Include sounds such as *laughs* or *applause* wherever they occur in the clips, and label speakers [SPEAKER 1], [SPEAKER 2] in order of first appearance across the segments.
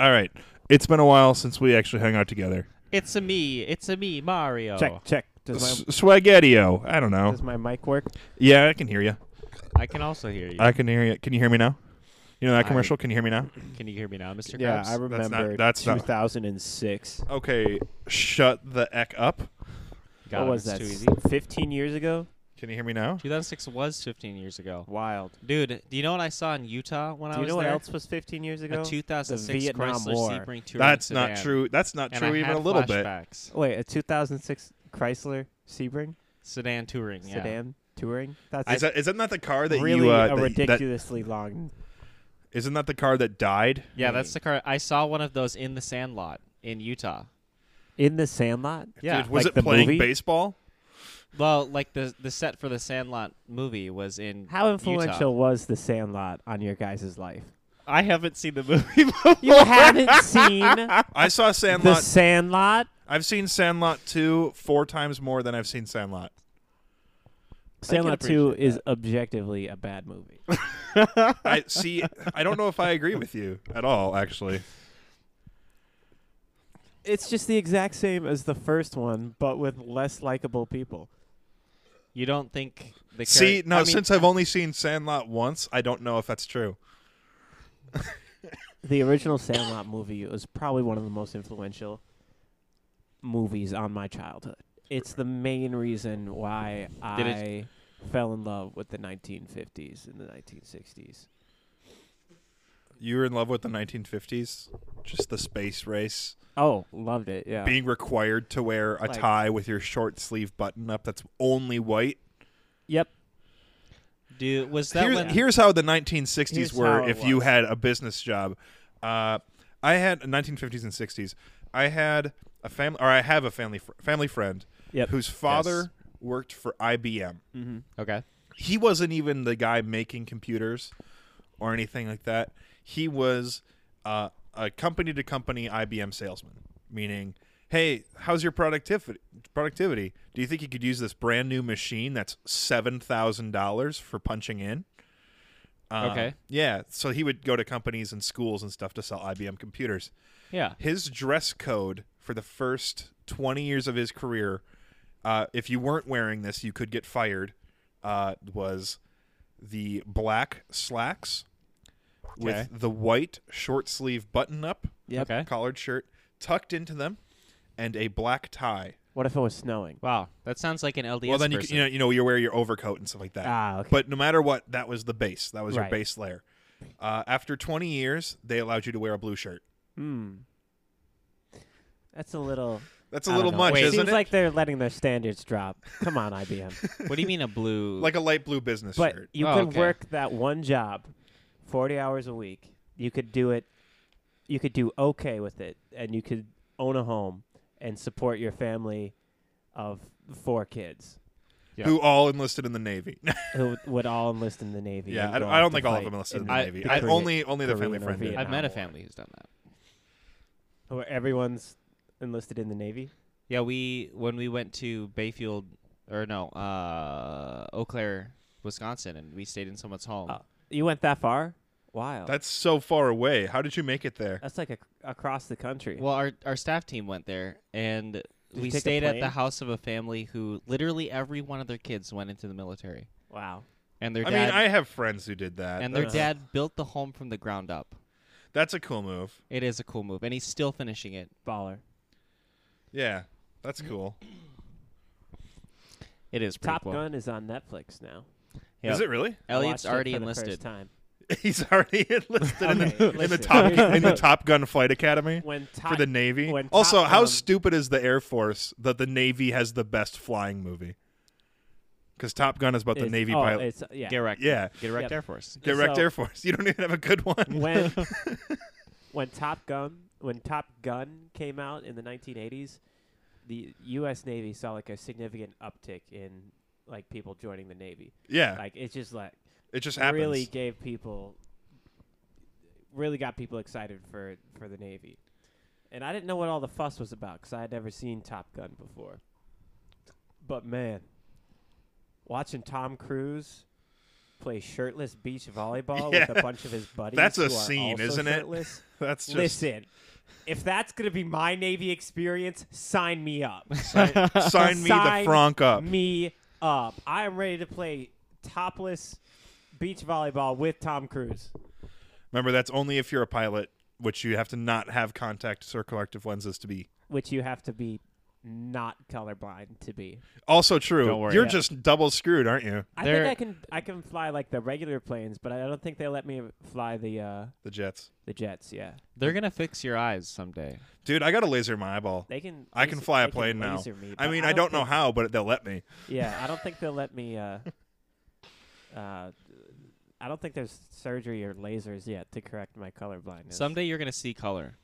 [SPEAKER 1] All right. It's been a while since we actually hung out together.
[SPEAKER 2] It's a me. It's a me, Mario.
[SPEAKER 3] Check, check. Does
[SPEAKER 1] S-
[SPEAKER 3] my,
[SPEAKER 1] Swaggettio. I don't know.
[SPEAKER 3] does my mic work?
[SPEAKER 1] Yeah, I can hear you.
[SPEAKER 2] I can also hear you.
[SPEAKER 1] I can hear you. Can you hear me now? You know that
[SPEAKER 2] I-
[SPEAKER 1] commercial? Can you hear me now?
[SPEAKER 2] can you hear me now, Mr.
[SPEAKER 3] Yeah,
[SPEAKER 2] Krabs?
[SPEAKER 3] I remember
[SPEAKER 1] not- that's not- Oh,
[SPEAKER 3] 2006.
[SPEAKER 1] Okay. Shut the eck up.
[SPEAKER 2] God,
[SPEAKER 3] what was
[SPEAKER 2] it's
[SPEAKER 3] that?
[SPEAKER 2] Too easy.
[SPEAKER 3] 15 years ago?
[SPEAKER 1] Can you hear me now?
[SPEAKER 2] 2006 was 15 years ago.
[SPEAKER 3] Wild.
[SPEAKER 2] Dude, do you know what I saw in Utah when I
[SPEAKER 3] Do you
[SPEAKER 2] was
[SPEAKER 3] know what
[SPEAKER 2] there?
[SPEAKER 3] else was 15 years ago?
[SPEAKER 2] A 2006
[SPEAKER 3] Vietnam
[SPEAKER 2] Chrysler
[SPEAKER 3] War.
[SPEAKER 2] Sebring Touring
[SPEAKER 1] That's not
[SPEAKER 2] sedan.
[SPEAKER 1] true. That's not
[SPEAKER 2] And
[SPEAKER 1] true
[SPEAKER 2] I
[SPEAKER 1] even
[SPEAKER 2] had
[SPEAKER 1] a little bit.
[SPEAKER 2] flashbacks.
[SPEAKER 3] Wait, a 2006 Chrysler Sebring
[SPEAKER 2] Sedan touring. Yeah.
[SPEAKER 3] sedan touring? That's
[SPEAKER 1] Is that isn't that the car that
[SPEAKER 3] really
[SPEAKER 1] you uh,
[SPEAKER 3] a
[SPEAKER 1] that- that,
[SPEAKER 3] ridiculously long.
[SPEAKER 1] isn't that the car that died?
[SPEAKER 2] Yeah,
[SPEAKER 3] Hey.
[SPEAKER 2] that's the car. I saw one of those in the Sandlot in Utah.
[SPEAKER 3] In the Sandlot?
[SPEAKER 2] Yeah.
[SPEAKER 1] Dude, was
[SPEAKER 3] like
[SPEAKER 1] it
[SPEAKER 3] the
[SPEAKER 1] playing
[SPEAKER 3] movie?
[SPEAKER 1] baseball?
[SPEAKER 2] Well, like the the set for the Sandlot movie was in.
[SPEAKER 3] How
[SPEAKER 2] Utah.
[SPEAKER 3] influential was the Sandlot on your
[SPEAKER 1] *laughs*
[SPEAKER 3] guys' life?
[SPEAKER 2] I haven't seen the *laughs* movie. Before.
[SPEAKER 3] You haven't seen
[SPEAKER 1] I saw
[SPEAKER 3] the
[SPEAKER 1] Sandlot.
[SPEAKER 3] Sandlot?
[SPEAKER 1] I've seen Sandlot 2 four times more than I've seen Sandlot.
[SPEAKER 3] Sandlot
[SPEAKER 2] appreciate
[SPEAKER 3] 2 is objectively a bad movie.
[SPEAKER 1] I see I don't know if I agree with you at all actually.
[SPEAKER 3] it's just the exact same as the first one, but with less likable people.
[SPEAKER 2] You don't think the
[SPEAKER 1] See,
[SPEAKER 2] charac-
[SPEAKER 1] no,
[SPEAKER 2] I mean,
[SPEAKER 1] since I've only seen Sandlot once, I don't know if that's true.
[SPEAKER 3] The *coughs* original Sandlot movie was probably one of the most influential movies on my childhood. It's the main reason why
[SPEAKER 2] Did
[SPEAKER 3] I
[SPEAKER 2] it-
[SPEAKER 3] fell in love with the 1950s and the 1960s.
[SPEAKER 1] You were in love with the 1950s, just the space race,
[SPEAKER 3] Oh, loved it. Yeah.
[SPEAKER 1] being required to wear a
[SPEAKER 3] Like-
[SPEAKER 1] tie with your short sleeve button up that's only white.
[SPEAKER 3] yep.
[SPEAKER 2] dude, was that
[SPEAKER 1] Here's,
[SPEAKER 2] when
[SPEAKER 1] here's how the 1960s
[SPEAKER 3] Here's
[SPEAKER 1] were
[SPEAKER 3] how it
[SPEAKER 1] if you
[SPEAKER 3] was.
[SPEAKER 1] had a business job. Uh, I had 1950s and 60s. I had a family, or I have a family fr- family friend
[SPEAKER 3] Yep.
[SPEAKER 1] whose father worked for IBM.
[SPEAKER 2] Okay.
[SPEAKER 1] he wasn't even the guy making computers or anything like that. He was uh, a company to company IBM salesman, meaning, hey, how's your productivity? Productivity? Do you think you could use this brand new machine that's seven thousand dollars for punching in? Um,
[SPEAKER 2] Okay.
[SPEAKER 1] Yeah, so he would go to companies and schools and stuff to sell IBM computers.
[SPEAKER 2] Yeah.
[SPEAKER 1] His dress code for the first 20 years of his career, uh, if you weren't wearing this, you could get fired, uh, was the black slacks
[SPEAKER 2] Okay.
[SPEAKER 1] with the white short sleeve button up
[SPEAKER 3] Yep.
[SPEAKER 2] Okay.
[SPEAKER 1] collared shirt tucked into them and a black tie.
[SPEAKER 3] What if it was snowing?
[SPEAKER 2] Wow, that sounds like an LDS
[SPEAKER 1] well, then you,
[SPEAKER 2] person.
[SPEAKER 1] c- you know you know you wear your overcoat and stuff like that.
[SPEAKER 3] Ah, okay.
[SPEAKER 1] But no matter what, that was the base. That was your
[SPEAKER 3] Right.
[SPEAKER 1] base layer. Uh, after 20 years, they allowed you to wear a blue shirt.
[SPEAKER 3] Hmm. That's a little
[SPEAKER 1] That's a
[SPEAKER 3] I don't
[SPEAKER 1] little
[SPEAKER 3] know.
[SPEAKER 1] much,
[SPEAKER 2] Wait.
[SPEAKER 1] isn't
[SPEAKER 3] Seems
[SPEAKER 1] it?
[SPEAKER 3] like they're letting their standards drop. Come on, *laughs* IBM.
[SPEAKER 2] what do you mean
[SPEAKER 3] *laughs*
[SPEAKER 2] a blue?
[SPEAKER 1] like a light blue business
[SPEAKER 3] But
[SPEAKER 1] shirt.
[SPEAKER 3] you
[SPEAKER 2] Oh,
[SPEAKER 3] could
[SPEAKER 2] okay.
[SPEAKER 3] work that one job, forty hours a week. You could do it. You could do okay with it, and you could own a home and support your family of four kids
[SPEAKER 2] Yeah.
[SPEAKER 1] who all enlisted in the Navy. *laughs*
[SPEAKER 3] who would all enlist in the Navy.
[SPEAKER 1] yeah,
[SPEAKER 3] and
[SPEAKER 1] I
[SPEAKER 3] go
[SPEAKER 1] don't, I
[SPEAKER 3] off
[SPEAKER 1] don't
[SPEAKER 3] to
[SPEAKER 1] think all of
[SPEAKER 3] fight
[SPEAKER 1] them enlisted in the
[SPEAKER 2] I-
[SPEAKER 1] Navy.
[SPEAKER 3] the
[SPEAKER 1] I,
[SPEAKER 3] Korea-
[SPEAKER 1] only only the
[SPEAKER 3] Korean
[SPEAKER 1] family
[SPEAKER 3] or
[SPEAKER 1] friend. did.
[SPEAKER 3] Vietnam.
[SPEAKER 2] I've met a
[SPEAKER 3] War.
[SPEAKER 2] family who's done that.
[SPEAKER 3] Where everyone's enlisted in the Navy.
[SPEAKER 2] Yeah, we when we went to Bayfield or no, uh, Eau Claire, Wisconsin, and we stayed in someone's home.
[SPEAKER 3] Oh, you went that far? Wow.
[SPEAKER 1] That's so far away. How did you make it there?
[SPEAKER 3] That's like ac across the country.
[SPEAKER 2] Well, our our staff team went there, and
[SPEAKER 3] you
[SPEAKER 2] we
[SPEAKER 3] take a
[SPEAKER 2] stayed at the
[SPEAKER 3] plane?
[SPEAKER 2] house of a family who literally every one of their kids went into the military,
[SPEAKER 3] wow.
[SPEAKER 2] and their
[SPEAKER 1] I
[SPEAKER 2] dad
[SPEAKER 1] mean, I have friends who did that.
[SPEAKER 2] and their
[SPEAKER 3] Uh-huh.
[SPEAKER 2] dad built the home from the ground up.
[SPEAKER 1] That's a cool move.
[SPEAKER 2] It is a cool move, and he's still finishing it.
[SPEAKER 3] Baller.
[SPEAKER 1] Yeah, that's cool.
[SPEAKER 2] It is pretty
[SPEAKER 3] Top
[SPEAKER 2] cool.
[SPEAKER 3] Gun is on Netflix now.
[SPEAKER 2] Yeah.
[SPEAKER 1] Is it really?
[SPEAKER 3] I
[SPEAKER 2] Elliot's
[SPEAKER 3] watched it
[SPEAKER 2] already
[SPEAKER 3] for the first
[SPEAKER 2] enlisted.
[SPEAKER 3] time.
[SPEAKER 1] *laughs* He's already *laughs* enlisted in,
[SPEAKER 3] Okay,
[SPEAKER 1] the, in the
[SPEAKER 3] listen.
[SPEAKER 1] top in
[SPEAKER 3] *laughs*
[SPEAKER 1] the Top Gun Flight Academy
[SPEAKER 3] When top,
[SPEAKER 1] for the Navy.
[SPEAKER 3] when
[SPEAKER 1] Also,
[SPEAKER 3] Top
[SPEAKER 1] how
[SPEAKER 3] Gun-
[SPEAKER 1] stupid is the Air Force that the Navy has the best flying movie? Because Top Gun is about the
[SPEAKER 3] it's-
[SPEAKER 1] Navy
[SPEAKER 3] oh,
[SPEAKER 1] pilot.
[SPEAKER 3] it's- yeah.
[SPEAKER 2] Get wrecked.
[SPEAKER 1] Yeah.
[SPEAKER 2] Get wrecked
[SPEAKER 3] Yep.
[SPEAKER 2] Air Force.
[SPEAKER 1] Get wrecked
[SPEAKER 3] so-
[SPEAKER 1] Air Force. *laughs* You don't even have a good one.
[SPEAKER 3] when *laughs* when Top Gun when Top Gun came out in the 1980s, the U.S. Navy saw like a significant uptick in like people joining the Navy.
[SPEAKER 1] Yeah,
[SPEAKER 3] Like it's just like
[SPEAKER 1] it just happens.
[SPEAKER 3] really gave people really got people excited for for the Navy. And I didn't know what all the fuss was about because I had never seen Top Gun before. But man, watching Tom Cruise play shirtless beach volleyball with
[SPEAKER 1] Yeah.
[SPEAKER 3] a bunch of his buddies.
[SPEAKER 1] That's a
[SPEAKER 3] who are
[SPEAKER 1] scene,
[SPEAKER 3] also
[SPEAKER 1] isn't it?
[SPEAKER 3] shirtless.
[SPEAKER 1] *laughs* That's just
[SPEAKER 3] Listen, if that's gonna be my Navy experience, sign
[SPEAKER 1] *laughs*
[SPEAKER 3] me up.
[SPEAKER 1] sign, sign me the
[SPEAKER 3] Sign
[SPEAKER 1] Frank up.
[SPEAKER 3] Me up. I am ready to play topless beach volleyball with Tom Cruise.
[SPEAKER 1] Remember, that's only if you're a pilot, which you have to not have contact or corrective lenses to be.
[SPEAKER 3] which you have to be not colorblind to be.
[SPEAKER 1] Also true.
[SPEAKER 2] Don't worry.
[SPEAKER 1] you're
[SPEAKER 2] Yeah.
[SPEAKER 1] just double screwed, aren't you?
[SPEAKER 3] I
[SPEAKER 2] There-
[SPEAKER 3] think I can I can fly like the regular planes, but I don't think they let me fly the uh,
[SPEAKER 1] The Jets.
[SPEAKER 3] the jets. Yeah,
[SPEAKER 2] They're gonna fix your eyes someday.
[SPEAKER 1] Dude, I got a laser in my eyeball.
[SPEAKER 3] they can.
[SPEAKER 1] I can
[SPEAKER 3] laser-
[SPEAKER 1] fly a
[SPEAKER 3] they
[SPEAKER 1] plane now.
[SPEAKER 3] laser me,
[SPEAKER 1] I
[SPEAKER 3] but
[SPEAKER 1] mean, I don't, know
[SPEAKER 3] think-
[SPEAKER 1] how, but they'll let me.
[SPEAKER 3] Yeah, I don't think they'll let me. Uh, *laughs* uh, I don't think there's surgery or lasers yet to correct my colorblindness.
[SPEAKER 2] Someday you're gonna see color.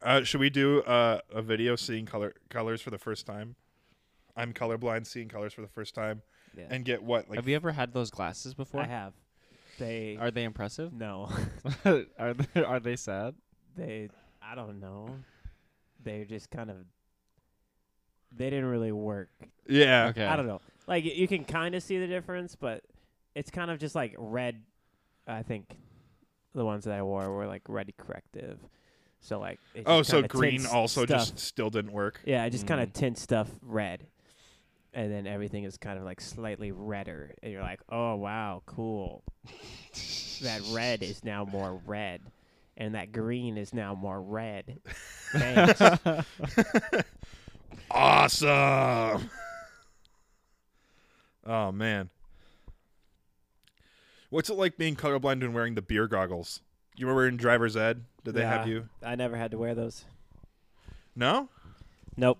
[SPEAKER 1] Uh, should we do uh, a video seeing color colors for the first time? I'm colorblind, seeing colors for the first time,
[SPEAKER 3] Yeah.
[SPEAKER 1] and get what like
[SPEAKER 2] have you ever had those glasses before?
[SPEAKER 3] I have. They
[SPEAKER 2] Are they impressive?
[SPEAKER 3] no.
[SPEAKER 2] *laughs* are they, are they sad?
[SPEAKER 3] they I don't know. They're just kind of. They didn't really work
[SPEAKER 1] yeah.
[SPEAKER 2] Okay. *laughs*
[SPEAKER 3] I don't know. Like y- you can kind of see the difference, but it's kind of just like red. I think the ones that I wore were like red corrective. So like it
[SPEAKER 1] Oh,
[SPEAKER 3] just
[SPEAKER 1] so
[SPEAKER 3] kinda
[SPEAKER 1] green
[SPEAKER 3] tints
[SPEAKER 1] also
[SPEAKER 3] stuff.
[SPEAKER 1] just still didn't work.
[SPEAKER 3] yeah, I just kind of
[SPEAKER 2] Mm.
[SPEAKER 3] tint stuff red, and then everything is kind of like slightly redder, and you're like, oh wow, cool. that red is now more red, and that green is now more red. Thanks.
[SPEAKER 1] Awesome. *laughs* oh man. What's it like being colorblind and wearing the beer goggles? You remember in driver's ed? *laughs* Did they have
[SPEAKER 3] Yeah.
[SPEAKER 1] you?
[SPEAKER 3] I never had to wear those.
[SPEAKER 1] No? *laughs*
[SPEAKER 3] Nope.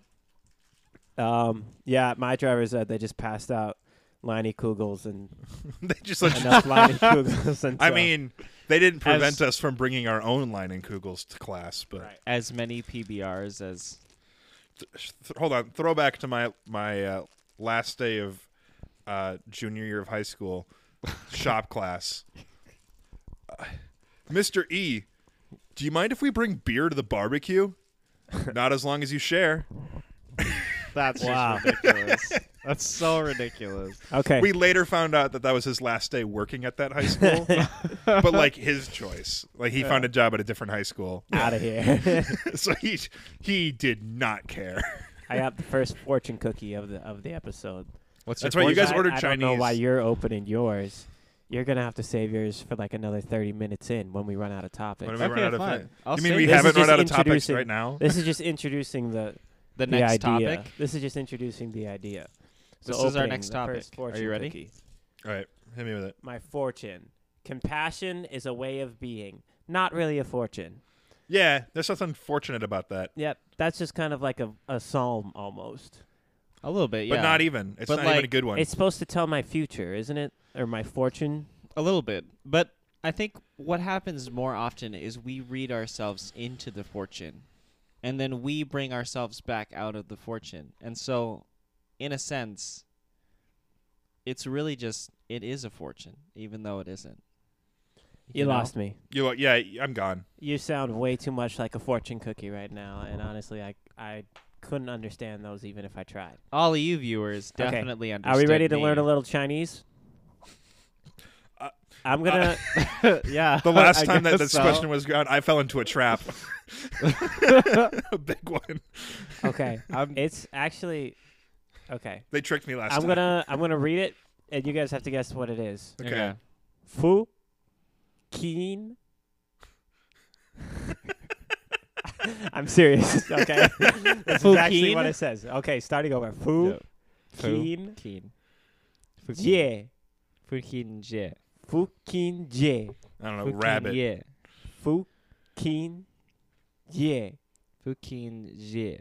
[SPEAKER 3] Um, yeah, my driver said they just passed out Liney Kugels and
[SPEAKER 1] they just let you
[SPEAKER 3] enough Liney
[SPEAKER 1] *laughs*
[SPEAKER 3] Kugels. Until,
[SPEAKER 1] I mean, they didn't prevent
[SPEAKER 2] As-
[SPEAKER 1] us from bringing our own line and Kugels to class, but
[SPEAKER 3] Right.
[SPEAKER 2] *laughs* as many PBRs as
[SPEAKER 1] th- hold on. Throwback to my my uh, last day of uh, junior year of high
[SPEAKER 3] *laughs*
[SPEAKER 1] school shop class. Uh, Mr. E, do you mind if we bring beer to the barbecue? Not as long as you
[SPEAKER 3] *laughs*
[SPEAKER 1] share.
[SPEAKER 2] That's
[SPEAKER 3] just Wow.
[SPEAKER 2] ridiculous. *laughs* That's so ridiculous.
[SPEAKER 3] okay,
[SPEAKER 1] We later found out that that was his last day working at that high school,
[SPEAKER 3] *laughs*
[SPEAKER 1] but like his choice. Like he found a job at a different high school, *laughs*
[SPEAKER 3] out of here.
[SPEAKER 1] so he he did not care.
[SPEAKER 3] I got the first fortune cookie of the of the episode.
[SPEAKER 2] What's
[SPEAKER 1] That's
[SPEAKER 2] your
[SPEAKER 1] right, you
[SPEAKER 2] point?
[SPEAKER 1] guys
[SPEAKER 3] I,
[SPEAKER 1] ordered
[SPEAKER 3] I don't know why
[SPEAKER 1] Chinese.
[SPEAKER 3] you're opening yours. You're gonna have to save yours for like another thirty minutes in when we run out of topics.
[SPEAKER 1] When we run
[SPEAKER 2] Okay,
[SPEAKER 1] out of
[SPEAKER 2] fine.
[SPEAKER 1] thing-
[SPEAKER 2] I'll
[SPEAKER 1] you mean
[SPEAKER 2] say
[SPEAKER 1] we
[SPEAKER 3] this is
[SPEAKER 1] haven't run
[SPEAKER 3] just
[SPEAKER 1] out of topics
[SPEAKER 3] introducing-
[SPEAKER 1] right now?
[SPEAKER 3] This is just introducing the
[SPEAKER 2] *laughs* the next
[SPEAKER 3] the idea.
[SPEAKER 2] topic?
[SPEAKER 3] This is just introducing the idea. So
[SPEAKER 2] This is our
[SPEAKER 3] opening,
[SPEAKER 2] next
[SPEAKER 3] the first
[SPEAKER 2] topic. Are you
[SPEAKER 3] fortune
[SPEAKER 2] ready?
[SPEAKER 3] cookie.
[SPEAKER 1] All right, hit me with it.
[SPEAKER 3] my fortune. Compassion is a way of being, not really a fortune.
[SPEAKER 1] Yeah, there's nothing fortunate about that,
[SPEAKER 3] Yep, that's just kind of like a, a psalm almost.
[SPEAKER 2] A little bit,
[SPEAKER 1] but
[SPEAKER 2] yeah.
[SPEAKER 1] not even. It's
[SPEAKER 2] But,
[SPEAKER 1] not even a
[SPEAKER 2] like,
[SPEAKER 1] good one.
[SPEAKER 3] It's supposed to tell my future, isn't it? Or my fortune.
[SPEAKER 2] a little bit. But I think what happens more often is we read ourselves into the fortune and then we bring ourselves back out of the fortune. And so in a sense it's really just it is a fortune even though it isn't.
[SPEAKER 3] You,
[SPEAKER 2] know?
[SPEAKER 3] lost me.
[SPEAKER 1] You like, yeah, I'm gone.
[SPEAKER 3] You sound way too much like a fortune cookie right now, and honestly, I I couldn't understand those even if I tried.
[SPEAKER 2] All of you viewers
[SPEAKER 3] Okay.
[SPEAKER 2] definitely
[SPEAKER 3] Are
[SPEAKER 2] understand.
[SPEAKER 3] we ready
[SPEAKER 2] *laughs*
[SPEAKER 3] to learn a little Chinese?
[SPEAKER 1] Uh,
[SPEAKER 3] I'm gonna.
[SPEAKER 2] little? yeah. *laughs*
[SPEAKER 1] The last
[SPEAKER 2] I
[SPEAKER 1] time that
[SPEAKER 2] guess
[SPEAKER 1] this
[SPEAKER 2] so.
[SPEAKER 1] question was gone, I fell into a trap. *laughs* a big one. uh,
[SPEAKER 3] *laughs* okay,
[SPEAKER 2] I'm-
[SPEAKER 3] it's actually okay.
[SPEAKER 1] They tricked me last
[SPEAKER 3] I'm
[SPEAKER 1] time.
[SPEAKER 3] gonna I'm gonna read it, and you guys have to guess what it is.
[SPEAKER 1] *laughs* Okay.
[SPEAKER 3] Fu Keen. *laughs* I'm serious. Okay.
[SPEAKER 1] *laughs*
[SPEAKER 3] That's
[SPEAKER 2] Fu
[SPEAKER 3] exactly
[SPEAKER 2] Keen?
[SPEAKER 3] what it says. Okay, starting over. Fu
[SPEAKER 2] Yeah.
[SPEAKER 3] Keen
[SPEAKER 2] Keen.
[SPEAKER 3] Jie.
[SPEAKER 2] Fukin Jie.
[SPEAKER 3] Fu Keen Jie.
[SPEAKER 1] I don't know, rabbit.
[SPEAKER 2] Jie.
[SPEAKER 3] Fu Keen Jie.
[SPEAKER 2] Fukin Jie.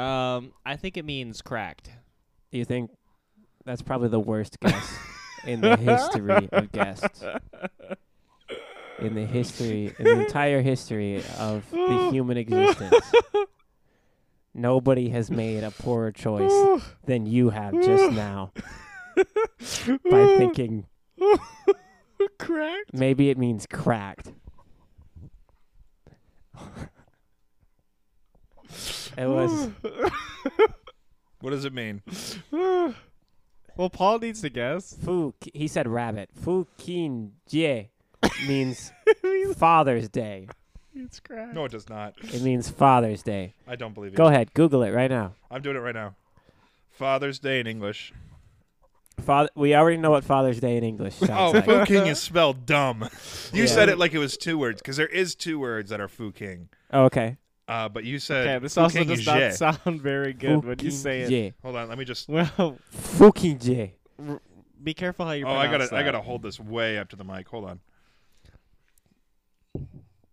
[SPEAKER 2] Um, I think it means cracked.
[SPEAKER 3] Do you think that's probably the worst guess in the history of guests? In the history, in the entire history of the human existence, nobody has made a poorer choice than you have just now by thinking
[SPEAKER 2] cracked.
[SPEAKER 3] maybe it means cracked. It was
[SPEAKER 1] What does it mean?
[SPEAKER 2] *laughs* Well, Paul needs to
[SPEAKER 1] Uh,
[SPEAKER 2] guess.
[SPEAKER 4] Fu, he said rabbit. Fu Qin
[SPEAKER 2] *laughs*
[SPEAKER 4] Jie means Father's Day.
[SPEAKER 2] It's crap.
[SPEAKER 1] No, it does not.
[SPEAKER 4] It means Father's Day.
[SPEAKER 1] I don't believe it.
[SPEAKER 4] Go ahead, Google it right now.
[SPEAKER 1] I'm doing it right now. Father's Day in English.
[SPEAKER 4] Father, we already know what Father's Day in
[SPEAKER 2] *laughs*
[SPEAKER 4] English sounds
[SPEAKER 1] Oh,
[SPEAKER 4] like.
[SPEAKER 1] Foo King is spelled dumb. You
[SPEAKER 4] Yeah.
[SPEAKER 1] said it like it was two words because there is two words that are Foo King.
[SPEAKER 4] Oh, okay.
[SPEAKER 1] Uh, but you said
[SPEAKER 2] Okay, this
[SPEAKER 1] Foo
[SPEAKER 2] also
[SPEAKER 1] King
[SPEAKER 2] does
[SPEAKER 1] is
[SPEAKER 2] not
[SPEAKER 1] je.
[SPEAKER 2] sound very good when you say it.
[SPEAKER 1] Hold on, let me just.
[SPEAKER 2] Well,
[SPEAKER 4] Fu Qin Jie.
[SPEAKER 2] r- be careful how you
[SPEAKER 1] Oh, I
[SPEAKER 2] pronounce
[SPEAKER 1] gotta, I
[SPEAKER 2] that.
[SPEAKER 1] gotta hold this way up to the mic. Hold on.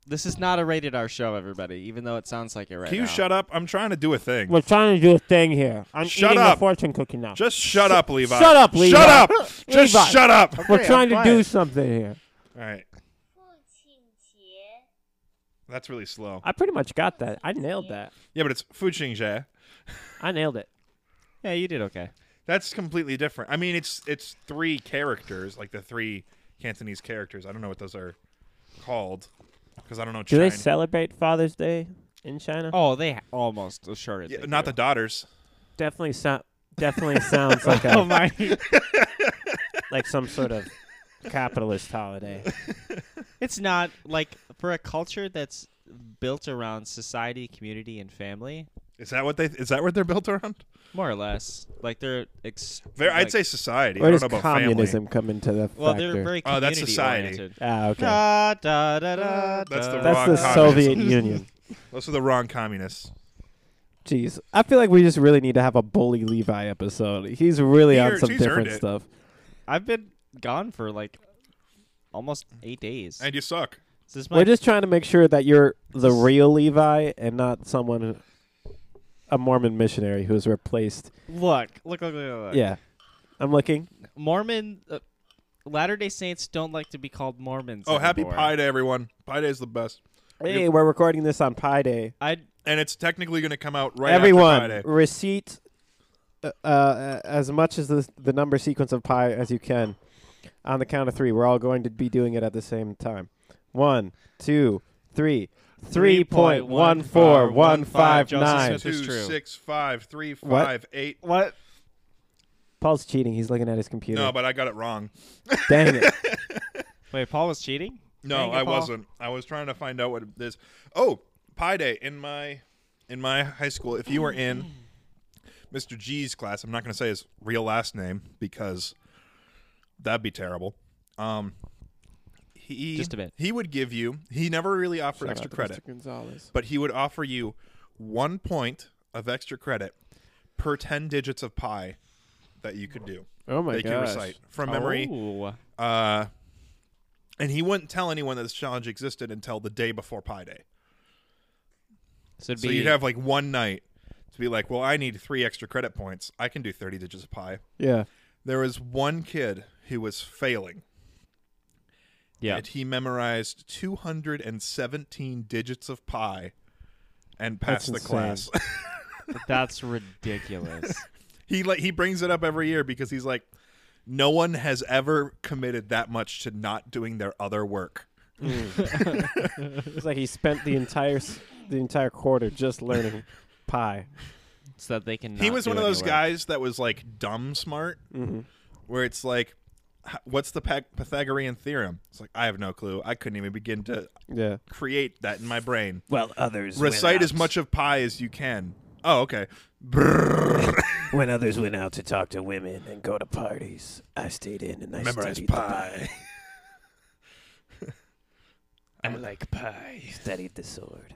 [SPEAKER 2] This is not a rated R show, everybody. Even though it sounds like it right
[SPEAKER 1] Can you
[SPEAKER 2] now.
[SPEAKER 1] shut up? I'm trying to do a thing.
[SPEAKER 4] We're trying to do a thing here. I'm
[SPEAKER 1] Shut
[SPEAKER 4] eating
[SPEAKER 1] up.
[SPEAKER 4] a fortune cookie now.
[SPEAKER 1] Just shut up, Levi.
[SPEAKER 4] shut up, Levi. *laughs*
[SPEAKER 1] Shut up. Just
[SPEAKER 4] Levi.
[SPEAKER 1] shut up.
[SPEAKER 4] We're
[SPEAKER 2] Okay, I'm
[SPEAKER 4] trying to do
[SPEAKER 2] quiet.
[SPEAKER 4] something here.
[SPEAKER 1] All right,
[SPEAKER 5] 父亲节，
[SPEAKER 1] that's really slow.
[SPEAKER 4] I pretty much got that. I nailed that.
[SPEAKER 1] Yeah, but it's Foo King je.
[SPEAKER 4] I nailed it.
[SPEAKER 2] Yeah, you did okay.
[SPEAKER 1] That's completely different. I mean, it's it's three characters, like the three Cantonese characters. I don't know what those are called because I don't know.
[SPEAKER 4] Do they
[SPEAKER 1] Chinese-
[SPEAKER 4] celebrate Father's Day in China?
[SPEAKER 2] Oh, they ha- almost assuredly.
[SPEAKER 1] Yeah, not the daughters.
[SPEAKER 4] Definitely sound. Definitely sounds
[SPEAKER 2] *laughs*
[SPEAKER 4] like
[SPEAKER 2] Oh
[SPEAKER 4] a,
[SPEAKER 1] *laughs*
[SPEAKER 2] my!
[SPEAKER 4] like some sort of capitalist
[SPEAKER 2] *laughs*
[SPEAKER 4] holiday.
[SPEAKER 2] it's not like for a culture that's built around society, community, and family,
[SPEAKER 1] Is that what they? Is that what they're built around?
[SPEAKER 2] more or less. Like they're ex.
[SPEAKER 1] Ver-
[SPEAKER 2] like-
[SPEAKER 1] I'd say society.
[SPEAKER 4] Where
[SPEAKER 1] I don't
[SPEAKER 4] does
[SPEAKER 1] know about
[SPEAKER 4] communism come into the
[SPEAKER 2] Well,
[SPEAKER 4] factor?
[SPEAKER 2] they're very.
[SPEAKER 1] Oh, that's society.
[SPEAKER 2] community-oriented.
[SPEAKER 4] ah, okay.
[SPEAKER 2] Da, da, da, da,
[SPEAKER 1] That's the
[SPEAKER 2] da.
[SPEAKER 1] wrong
[SPEAKER 4] That's the
[SPEAKER 1] communism. *laughs*
[SPEAKER 4] Soviet Union.
[SPEAKER 1] family. Those are the wrong communists.
[SPEAKER 3] Jeez, I feel like we just really need to have a bully Levi episode. He's really
[SPEAKER 1] He
[SPEAKER 3] on
[SPEAKER 1] ear-
[SPEAKER 3] some
[SPEAKER 1] he's earned
[SPEAKER 3] different
[SPEAKER 1] it.
[SPEAKER 3] stuff.
[SPEAKER 2] I've been gone for like almost eight days.
[SPEAKER 1] And you suck.
[SPEAKER 2] Is this
[SPEAKER 3] We're
[SPEAKER 2] my
[SPEAKER 3] just trying to make sure that you're the real Levi and not someone, a Mormon missionary who's replaced.
[SPEAKER 2] look, look, look, look,
[SPEAKER 1] Uh,
[SPEAKER 2] look.
[SPEAKER 3] Yeah, I'm looking.
[SPEAKER 2] Mormon. Uh, Latter Day Saints don't like to be called Mormons.
[SPEAKER 1] Oh, happy
[SPEAKER 2] anymore.
[SPEAKER 1] Pi Day, everyone! Pi Day is the best,
[SPEAKER 3] Hey, we're recording this on Pi Day.
[SPEAKER 2] I
[SPEAKER 1] and it's technically going to come out right
[SPEAKER 3] Everyone,
[SPEAKER 1] after Pi Day.
[SPEAKER 3] receipt uh, uh, as much as the the number sequence of pi as you can. On the count of three, we're all going to be doing it at the same time. One, two, three. Three point one four one five nine.
[SPEAKER 2] Joseph Smith is
[SPEAKER 1] Two,
[SPEAKER 2] true.
[SPEAKER 1] six, five, three,
[SPEAKER 3] What?
[SPEAKER 1] five, eight.
[SPEAKER 2] what?
[SPEAKER 3] Paul's cheating. He's looking at his computer.
[SPEAKER 1] No, but I got it wrong.
[SPEAKER 3] Dang it.
[SPEAKER 2] Wait, Paul was cheating.
[SPEAKER 1] No,
[SPEAKER 2] Dang it,
[SPEAKER 1] I
[SPEAKER 2] Paul.
[SPEAKER 1] wasn't. I was trying to find out what it is. Oh, Pi Day in my in my high school. If you were in Mr. G's class, I'm not going to say his real last name because that'd be terrible. Um, he
[SPEAKER 2] Just a bit.
[SPEAKER 1] He would give you. He never really offered *laughs* extra
[SPEAKER 3] Oh,
[SPEAKER 1] credit, but he would offer you one point of extra credit per ten digits of pi that you could do.
[SPEAKER 3] Oh my
[SPEAKER 1] that you could recite from memory.
[SPEAKER 2] Oh.
[SPEAKER 1] Uh, and he wouldn't tell anyone that this challenge existed until the day before Pi Day.
[SPEAKER 2] So, it'd
[SPEAKER 1] So
[SPEAKER 2] be,
[SPEAKER 1] you'd have like one night to be like, well, I need three extra credit points. I can do 30 digits of pi.
[SPEAKER 3] Yeah.
[SPEAKER 1] There was one kid who was failing.
[SPEAKER 2] Yeah.
[SPEAKER 1] And he memorized 217 digits of pi and
[SPEAKER 3] That's
[SPEAKER 1] passed the
[SPEAKER 3] insane.
[SPEAKER 1] class.
[SPEAKER 2] *laughs*
[SPEAKER 1] *laughs*
[SPEAKER 2] that's ridiculous.
[SPEAKER 1] he like he brings it up every year because he's like no one has ever committed that much to not doing their other work.
[SPEAKER 3] It's like he spent the entire s- the entire quarter just *laughs* learning pi.
[SPEAKER 2] so that they can.
[SPEAKER 1] he
[SPEAKER 2] not
[SPEAKER 1] was
[SPEAKER 2] do
[SPEAKER 1] one of
[SPEAKER 2] any
[SPEAKER 1] those
[SPEAKER 2] work.
[SPEAKER 1] guys that was like dumb smart where it's like h- what's the Pyth- pythagorean theorem it's like i have no clue i couldn't even begin to
[SPEAKER 3] Yeah.
[SPEAKER 1] create that in my brain
[SPEAKER 4] Well, others
[SPEAKER 1] recite
[SPEAKER 4] went
[SPEAKER 1] as
[SPEAKER 4] out-
[SPEAKER 1] much of pi as you can oh okay Brrr.
[SPEAKER 4] when others went out to talk to women and go to parties. I stayed in and I
[SPEAKER 1] memorize
[SPEAKER 4] studied
[SPEAKER 1] pi
[SPEAKER 2] *laughs*
[SPEAKER 4] The, I like pie. *laughs* Studied the sword.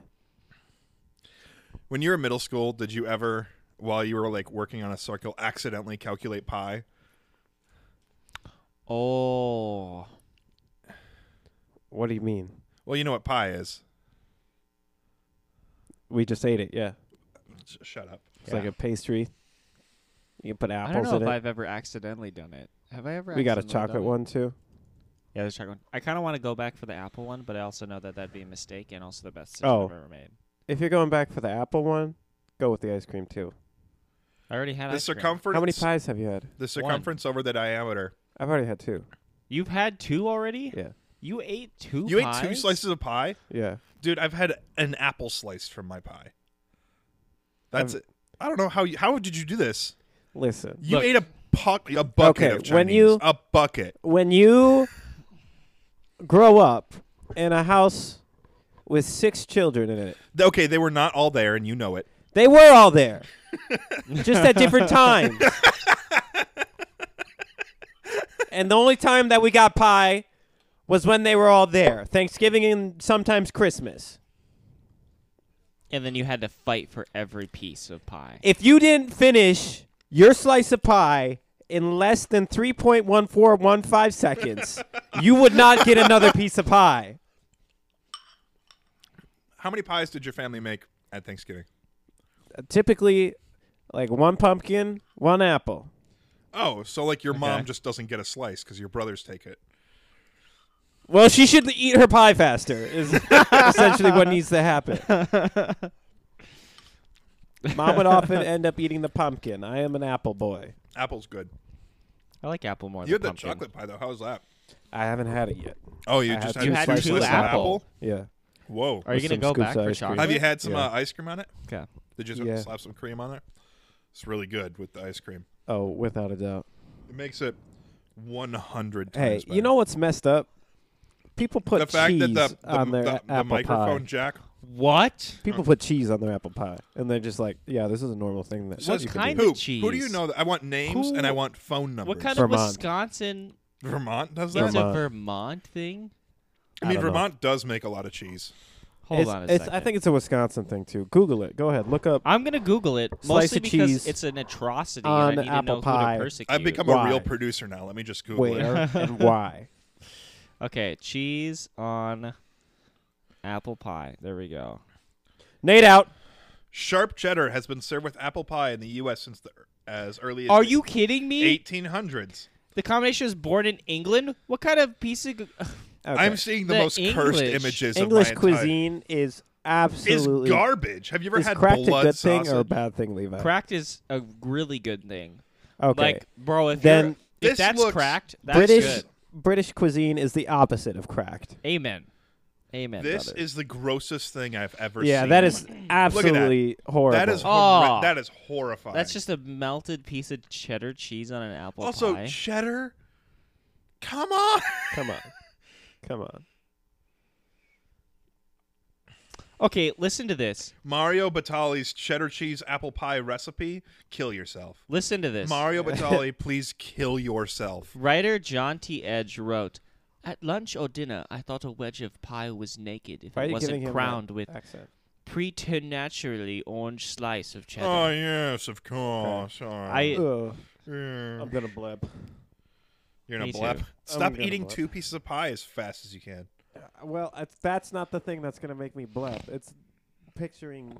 [SPEAKER 1] *laughs* when you were in middle school did you ever while you were like working on a circle accidentally calculate pi
[SPEAKER 2] Oh.
[SPEAKER 3] What do you mean?
[SPEAKER 1] well you know what pi is
[SPEAKER 3] We just ate it. Yeah.
[SPEAKER 1] Sh- shut up
[SPEAKER 3] It's like a pastry. You can put
[SPEAKER 2] I don't
[SPEAKER 3] apples
[SPEAKER 2] know
[SPEAKER 3] in
[SPEAKER 2] if
[SPEAKER 3] it.
[SPEAKER 2] I've ever accidentally done it. Have I ever?
[SPEAKER 3] we got a
[SPEAKER 2] accidentally
[SPEAKER 3] chocolate
[SPEAKER 2] done it?
[SPEAKER 3] one too.
[SPEAKER 2] Yeah, there's chocolate one. I kind of want to go back for the apple one, but I also know that that'd be a mistake and also the best decision
[SPEAKER 3] Oh.
[SPEAKER 2] I've ever made.
[SPEAKER 3] If you're going back for the apple one, go with the ice cream too.
[SPEAKER 2] I already had
[SPEAKER 1] the
[SPEAKER 2] ice cream.
[SPEAKER 1] circumference
[SPEAKER 3] How many pies have you had?
[SPEAKER 1] the circumference over the diameter
[SPEAKER 3] I've already
[SPEAKER 2] *laughs*
[SPEAKER 3] had two.
[SPEAKER 2] You've had two already.
[SPEAKER 3] Yeah.
[SPEAKER 2] You ate two.
[SPEAKER 1] you ate two
[SPEAKER 2] pies?
[SPEAKER 1] slices of pie
[SPEAKER 3] Yeah.
[SPEAKER 1] Dude, I've had an apple slice from my pie.
[SPEAKER 3] Um,
[SPEAKER 1] That's it. I don't know how you, how did you do this?
[SPEAKER 3] Listen.
[SPEAKER 1] You
[SPEAKER 2] Look.
[SPEAKER 1] ate a puck, a bucket
[SPEAKER 3] Okay,
[SPEAKER 1] of Chinese.
[SPEAKER 3] when you-
[SPEAKER 1] a bucket.
[SPEAKER 3] when you grow up in a house with six children in it,
[SPEAKER 1] Th- Okay, they were not all there, and you know it.
[SPEAKER 3] they were all there, just at different times. and the only time that we got pie was when they were all there Thanksgiving and sometimes Christmas.
[SPEAKER 2] and then you had to fight for every piece of pie.
[SPEAKER 3] If you didn't finish your slice of pie in less than 3.1415 seconds, you would not get another piece of pie.
[SPEAKER 1] How many pies did your family make at Thanksgiving?
[SPEAKER 3] typically like one pumpkin, one apple.
[SPEAKER 1] Oh, so like your mom just doesn't get a slice because your brothers take it.
[SPEAKER 3] Well, she should eat her pie faster. Is *laughs* essentially what needs to
[SPEAKER 2] *laughs*
[SPEAKER 3] happen. Mom would often end up eating the pumpkin. I am an apple boy.
[SPEAKER 1] Apple's good.
[SPEAKER 2] I like apple more
[SPEAKER 1] You had
[SPEAKER 2] than
[SPEAKER 1] that
[SPEAKER 2] pumpkin.
[SPEAKER 1] chocolate pie though. How was that?
[SPEAKER 3] I haven't had it yet.
[SPEAKER 1] Oh, you
[SPEAKER 3] I
[SPEAKER 1] just had,
[SPEAKER 3] had two
[SPEAKER 1] a
[SPEAKER 3] slices
[SPEAKER 1] slice
[SPEAKER 3] of
[SPEAKER 1] of an apple.
[SPEAKER 2] apple.
[SPEAKER 3] Yeah.
[SPEAKER 1] Whoa.
[SPEAKER 2] Are you
[SPEAKER 3] With
[SPEAKER 2] gonna
[SPEAKER 3] some
[SPEAKER 2] go back
[SPEAKER 3] scoops of
[SPEAKER 2] for
[SPEAKER 3] ice cream.
[SPEAKER 2] chocolate?
[SPEAKER 1] Have you had some
[SPEAKER 3] Yeah.
[SPEAKER 1] uh, ice cream on it?
[SPEAKER 2] Okay.
[SPEAKER 1] Did you
[SPEAKER 3] Yeah.
[SPEAKER 1] just slap some cream on it? It's really good with the ice cream.
[SPEAKER 3] Oh, without a doubt.
[SPEAKER 1] It makes it 100
[SPEAKER 3] Hey,
[SPEAKER 1] times better.
[SPEAKER 3] you know what's messed up? People put
[SPEAKER 1] the fact
[SPEAKER 3] cheese
[SPEAKER 1] that the, the,
[SPEAKER 3] on their
[SPEAKER 1] the,
[SPEAKER 3] a-
[SPEAKER 1] the
[SPEAKER 3] apple
[SPEAKER 1] microphone
[SPEAKER 3] pie.
[SPEAKER 1] jack
[SPEAKER 2] What?
[SPEAKER 3] People put cheese on their apple pie, and they're just like, "Yeah, this is a normal thing." That
[SPEAKER 1] says
[SPEAKER 3] you can
[SPEAKER 2] kind
[SPEAKER 3] do.
[SPEAKER 1] who?
[SPEAKER 2] of cheese?
[SPEAKER 1] Who do you know? That? I want names
[SPEAKER 2] Who-
[SPEAKER 1] and I want phone numbers.
[SPEAKER 2] What kind
[SPEAKER 3] Vermont.
[SPEAKER 2] of Wisconsin?
[SPEAKER 1] of Vermont does that?
[SPEAKER 2] It's a
[SPEAKER 3] Vermont.
[SPEAKER 2] Vermont thing.
[SPEAKER 1] I
[SPEAKER 3] I
[SPEAKER 1] mean,
[SPEAKER 3] don't know.
[SPEAKER 1] Vermont does make a lot of cheese.
[SPEAKER 2] Hold
[SPEAKER 3] It's-
[SPEAKER 2] on a
[SPEAKER 3] it's-
[SPEAKER 2] second.
[SPEAKER 3] I think it's a Wisconsin thing too. Google it. Go ahead, look up
[SPEAKER 2] I'm gonna Google it
[SPEAKER 3] Slice
[SPEAKER 2] mostly
[SPEAKER 3] of
[SPEAKER 2] because
[SPEAKER 3] cheese
[SPEAKER 2] it's an atrocity.
[SPEAKER 3] on
[SPEAKER 2] and I need
[SPEAKER 3] apple
[SPEAKER 2] to know
[SPEAKER 3] pie.
[SPEAKER 2] Who to persecute.
[SPEAKER 1] I've become a
[SPEAKER 3] Why?
[SPEAKER 1] real producer now. Let me just Google it.
[SPEAKER 3] where
[SPEAKER 2] *laughs*
[SPEAKER 3] and why.
[SPEAKER 2] okay. Cheese on apple pie. There we go.
[SPEAKER 3] Nate out.
[SPEAKER 1] Sharp cheddar has been served with apple pie in the U.S. since the, as early as
[SPEAKER 2] Are
[SPEAKER 1] the
[SPEAKER 2] you kidding me?
[SPEAKER 1] 1800s.
[SPEAKER 2] The combination is born in England. What kind of piece of?
[SPEAKER 3] Okay.
[SPEAKER 1] I'm seeing the,
[SPEAKER 2] The
[SPEAKER 1] most cursed
[SPEAKER 2] English-
[SPEAKER 1] images
[SPEAKER 3] English
[SPEAKER 1] of my entire-
[SPEAKER 3] cuisine is
[SPEAKER 1] is
[SPEAKER 3] absolutely
[SPEAKER 1] garbage. Have you ever
[SPEAKER 3] Is
[SPEAKER 1] had
[SPEAKER 3] cracked a
[SPEAKER 1] blood
[SPEAKER 3] good
[SPEAKER 1] sausage?
[SPEAKER 3] thing or a bad thing, Levi?
[SPEAKER 2] cracked is a really good thing.
[SPEAKER 3] okay.
[SPEAKER 2] Like, bro, if
[SPEAKER 3] Then-
[SPEAKER 2] you're, if
[SPEAKER 1] This
[SPEAKER 2] that's
[SPEAKER 1] looks
[SPEAKER 2] cracked, that's
[SPEAKER 3] British
[SPEAKER 2] good.
[SPEAKER 3] British cuisine is the opposite of cracked.
[SPEAKER 2] Amen. Amen.
[SPEAKER 1] This
[SPEAKER 2] brother.
[SPEAKER 1] is the grossest thing I've ever seen.
[SPEAKER 3] yeah, that is absolutely horrible.
[SPEAKER 1] That is
[SPEAKER 2] Oh.
[SPEAKER 1] horri- that is horrifying.
[SPEAKER 2] that's just a melted piece of cheddar cheese on an apple
[SPEAKER 1] also
[SPEAKER 2] pie.
[SPEAKER 1] cheddar. Come on. *laughs*
[SPEAKER 3] come on, come on.
[SPEAKER 2] Okay, listen to this.
[SPEAKER 1] Mario Batali's cheddar cheese apple pie recipe. Kill yourself.
[SPEAKER 2] Listen to this. *laughs*
[SPEAKER 1] Mario Batali, please kill yourself.
[SPEAKER 2] Writer John T. Edge wrote, "At lunch or dinner, I thought a wedge of pie was naked if
[SPEAKER 3] Why are
[SPEAKER 2] it
[SPEAKER 3] you giving
[SPEAKER 2] wasn't
[SPEAKER 3] him
[SPEAKER 2] crowned
[SPEAKER 3] that
[SPEAKER 2] with
[SPEAKER 3] accent?
[SPEAKER 2] preternaturally orange slice of cheddar."
[SPEAKER 1] Oh yes, of course. Oh,
[SPEAKER 2] I-
[SPEAKER 3] Ugh,
[SPEAKER 1] yeah.
[SPEAKER 3] I'm gonna blab.
[SPEAKER 1] You're gonna
[SPEAKER 2] Me too.
[SPEAKER 1] blab.
[SPEAKER 2] I'm
[SPEAKER 1] Stop
[SPEAKER 3] gonna
[SPEAKER 1] eating
[SPEAKER 3] blab.
[SPEAKER 1] two pieces of pie as fast as you can.
[SPEAKER 3] Well, it's- that's not the thing that's gonna make me blab. It's picturing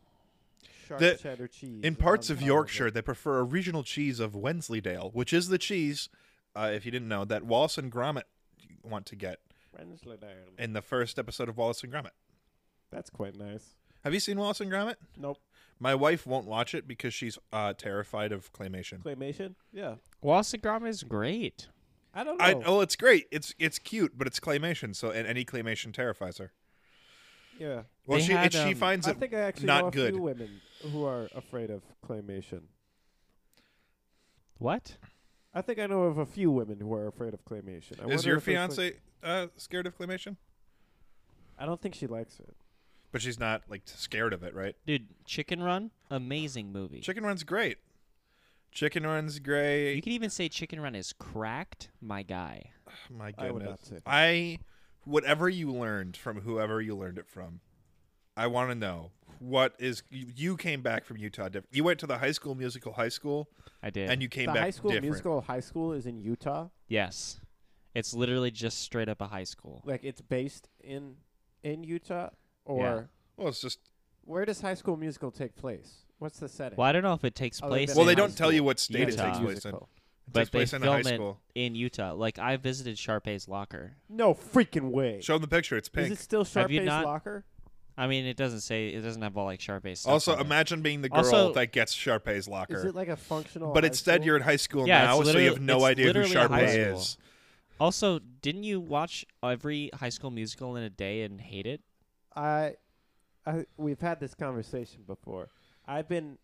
[SPEAKER 3] sharp
[SPEAKER 1] The-
[SPEAKER 3] cheddar cheese.
[SPEAKER 1] In parts
[SPEAKER 3] on
[SPEAKER 1] of
[SPEAKER 3] top
[SPEAKER 1] Yorkshire,
[SPEAKER 3] it.
[SPEAKER 1] they prefer a regional cheese of Wensleydale, which is the cheese, uh, if you didn't know, that Wallace and Gromit want to get
[SPEAKER 3] Wensleydale.
[SPEAKER 1] in the first episode of Wallace and Gromit.
[SPEAKER 3] That's quite nice.
[SPEAKER 1] Have you seen Wallace and Gromit?
[SPEAKER 3] Nope.
[SPEAKER 1] My wife won't watch it because she's uh, terrified of claymation.
[SPEAKER 3] Claymation? Yeah.
[SPEAKER 2] Wallace and Gromit is great.
[SPEAKER 3] I don't know.
[SPEAKER 1] I, oh, it's great. It's it's cute, but it's claymation. So, and any claymation terrifies her.
[SPEAKER 3] yeah.
[SPEAKER 1] Well,
[SPEAKER 2] They
[SPEAKER 1] she
[SPEAKER 2] had,
[SPEAKER 1] it, she
[SPEAKER 2] um,
[SPEAKER 1] finds
[SPEAKER 3] I
[SPEAKER 1] it
[SPEAKER 3] think I actually
[SPEAKER 1] not
[SPEAKER 3] know a
[SPEAKER 1] good.
[SPEAKER 3] few women who are afraid of claymation.
[SPEAKER 2] What?
[SPEAKER 3] I think I know of a few women who are afraid of claymation. I
[SPEAKER 1] Is
[SPEAKER 3] wonder
[SPEAKER 1] your
[SPEAKER 3] if it's like-
[SPEAKER 1] fiance uh, scared of claymation?
[SPEAKER 3] I don't think she likes it.
[SPEAKER 1] But she's not like scared of it, right?
[SPEAKER 2] Dude, Chicken Run, amazing movie.
[SPEAKER 1] Chicken Run's great. Chicken Run's great.
[SPEAKER 2] you could even say Chicken Run is cracked, my guy.
[SPEAKER 1] *sighs* My
[SPEAKER 3] I would
[SPEAKER 1] goodness.
[SPEAKER 3] not say.
[SPEAKER 1] I whatever you learned from whoever you learned it from, I want to know what is you, you came back from Utah different. You went to the high school musical high school
[SPEAKER 2] I did.
[SPEAKER 1] and you came
[SPEAKER 3] the
[SPEAKER 1] back
[SPEAKER 3] high school
[SPEAKER 1] different.
[SPEAKER 3] musical high school is in Utah.
[SPEAKER 2] yes. It's literally just straight up a high school.
[SPEAKER 3] Like it's based in in Utah or
[SPEAKER 1] Well, it's just
[SPEAKER 3] where does high school musical take place? What's the setting?
[SPEAKER 2] Well, I don't know if it takes
[SPEAKER 3] Other
[SPEAKER 2] place.
[SPEAKER 3] than
[SPEAKER 1] well,
[SPEAKER 2] in
[SPEAKER 1] they
[SPEAKER 3] high
[SPEAKER 1] don't tell
[SPEAKER 3] school.
[SPEAKER 1] you what state
[SPEAKER 2] Utah.
[SPEAKER 1] it takes place in. It
[SPEAKER 3] Musical.
[SPEAKER 1] takes
[SPEAKER 2] but they
[SPEAKER 1] place in a high
[SPEAKER 2] film it
[SPEAKER 1] school.
[SPEAKER 2] in Utah. Like I visited Sharpay's locker.
[SPEAKER 3] No freaking way.
[SPEAKER 1] Show them the picture. It's
[SPEAKER 3] is
[SPEAKER 1] pink.
[SPEAKER 3] it still
[SPEAKER 2] Have you
[SPEAKER 3] Sharpay's
[SPEAKER 2] not-
[SPEAKER 3] locker?
[SPEAKER 2] I mean, it doesn't say it doesn't have all like Sharpay's stuff.
[SPEAKER 1] also,
[SPEAKER 2] on it.
[SPEAKER 1] imagine being the girl
[SPEAKER 2] Also-
[SPEAKER 1] that gets Sharpay's locker.
[SPEAKER 3] Is it like a functional?
[SPEAKER 1] but
[SPEAKER 3] high
[SPEAKER 1] instead,
[SPEAKER 3] school?
[SPEAKER 1] you're in high school
[SPEAKER 2] Yeah,
[SPEAKER 1] now,
[SPEAKER 2] it's
[SPEAKER 1] so you have
[SPEAKER 2] literally-
[SPEAKER 1] no
[SPEAKER 2] it's
[SPEAKER 1] idea who
[SPEAKER 2] literally a high
[SPEAKER 1] Sharpay
[SPEAKER 2] school.
[SPEAKER 1] is.
[SPEAKER 2] Also, didn't you watch every High School Musical in a day and hate it?
[SPEAKER 3] I, I we've had this conversation
[SPEAKER 1] *laughs*
[SPEAKER 3] before. I've been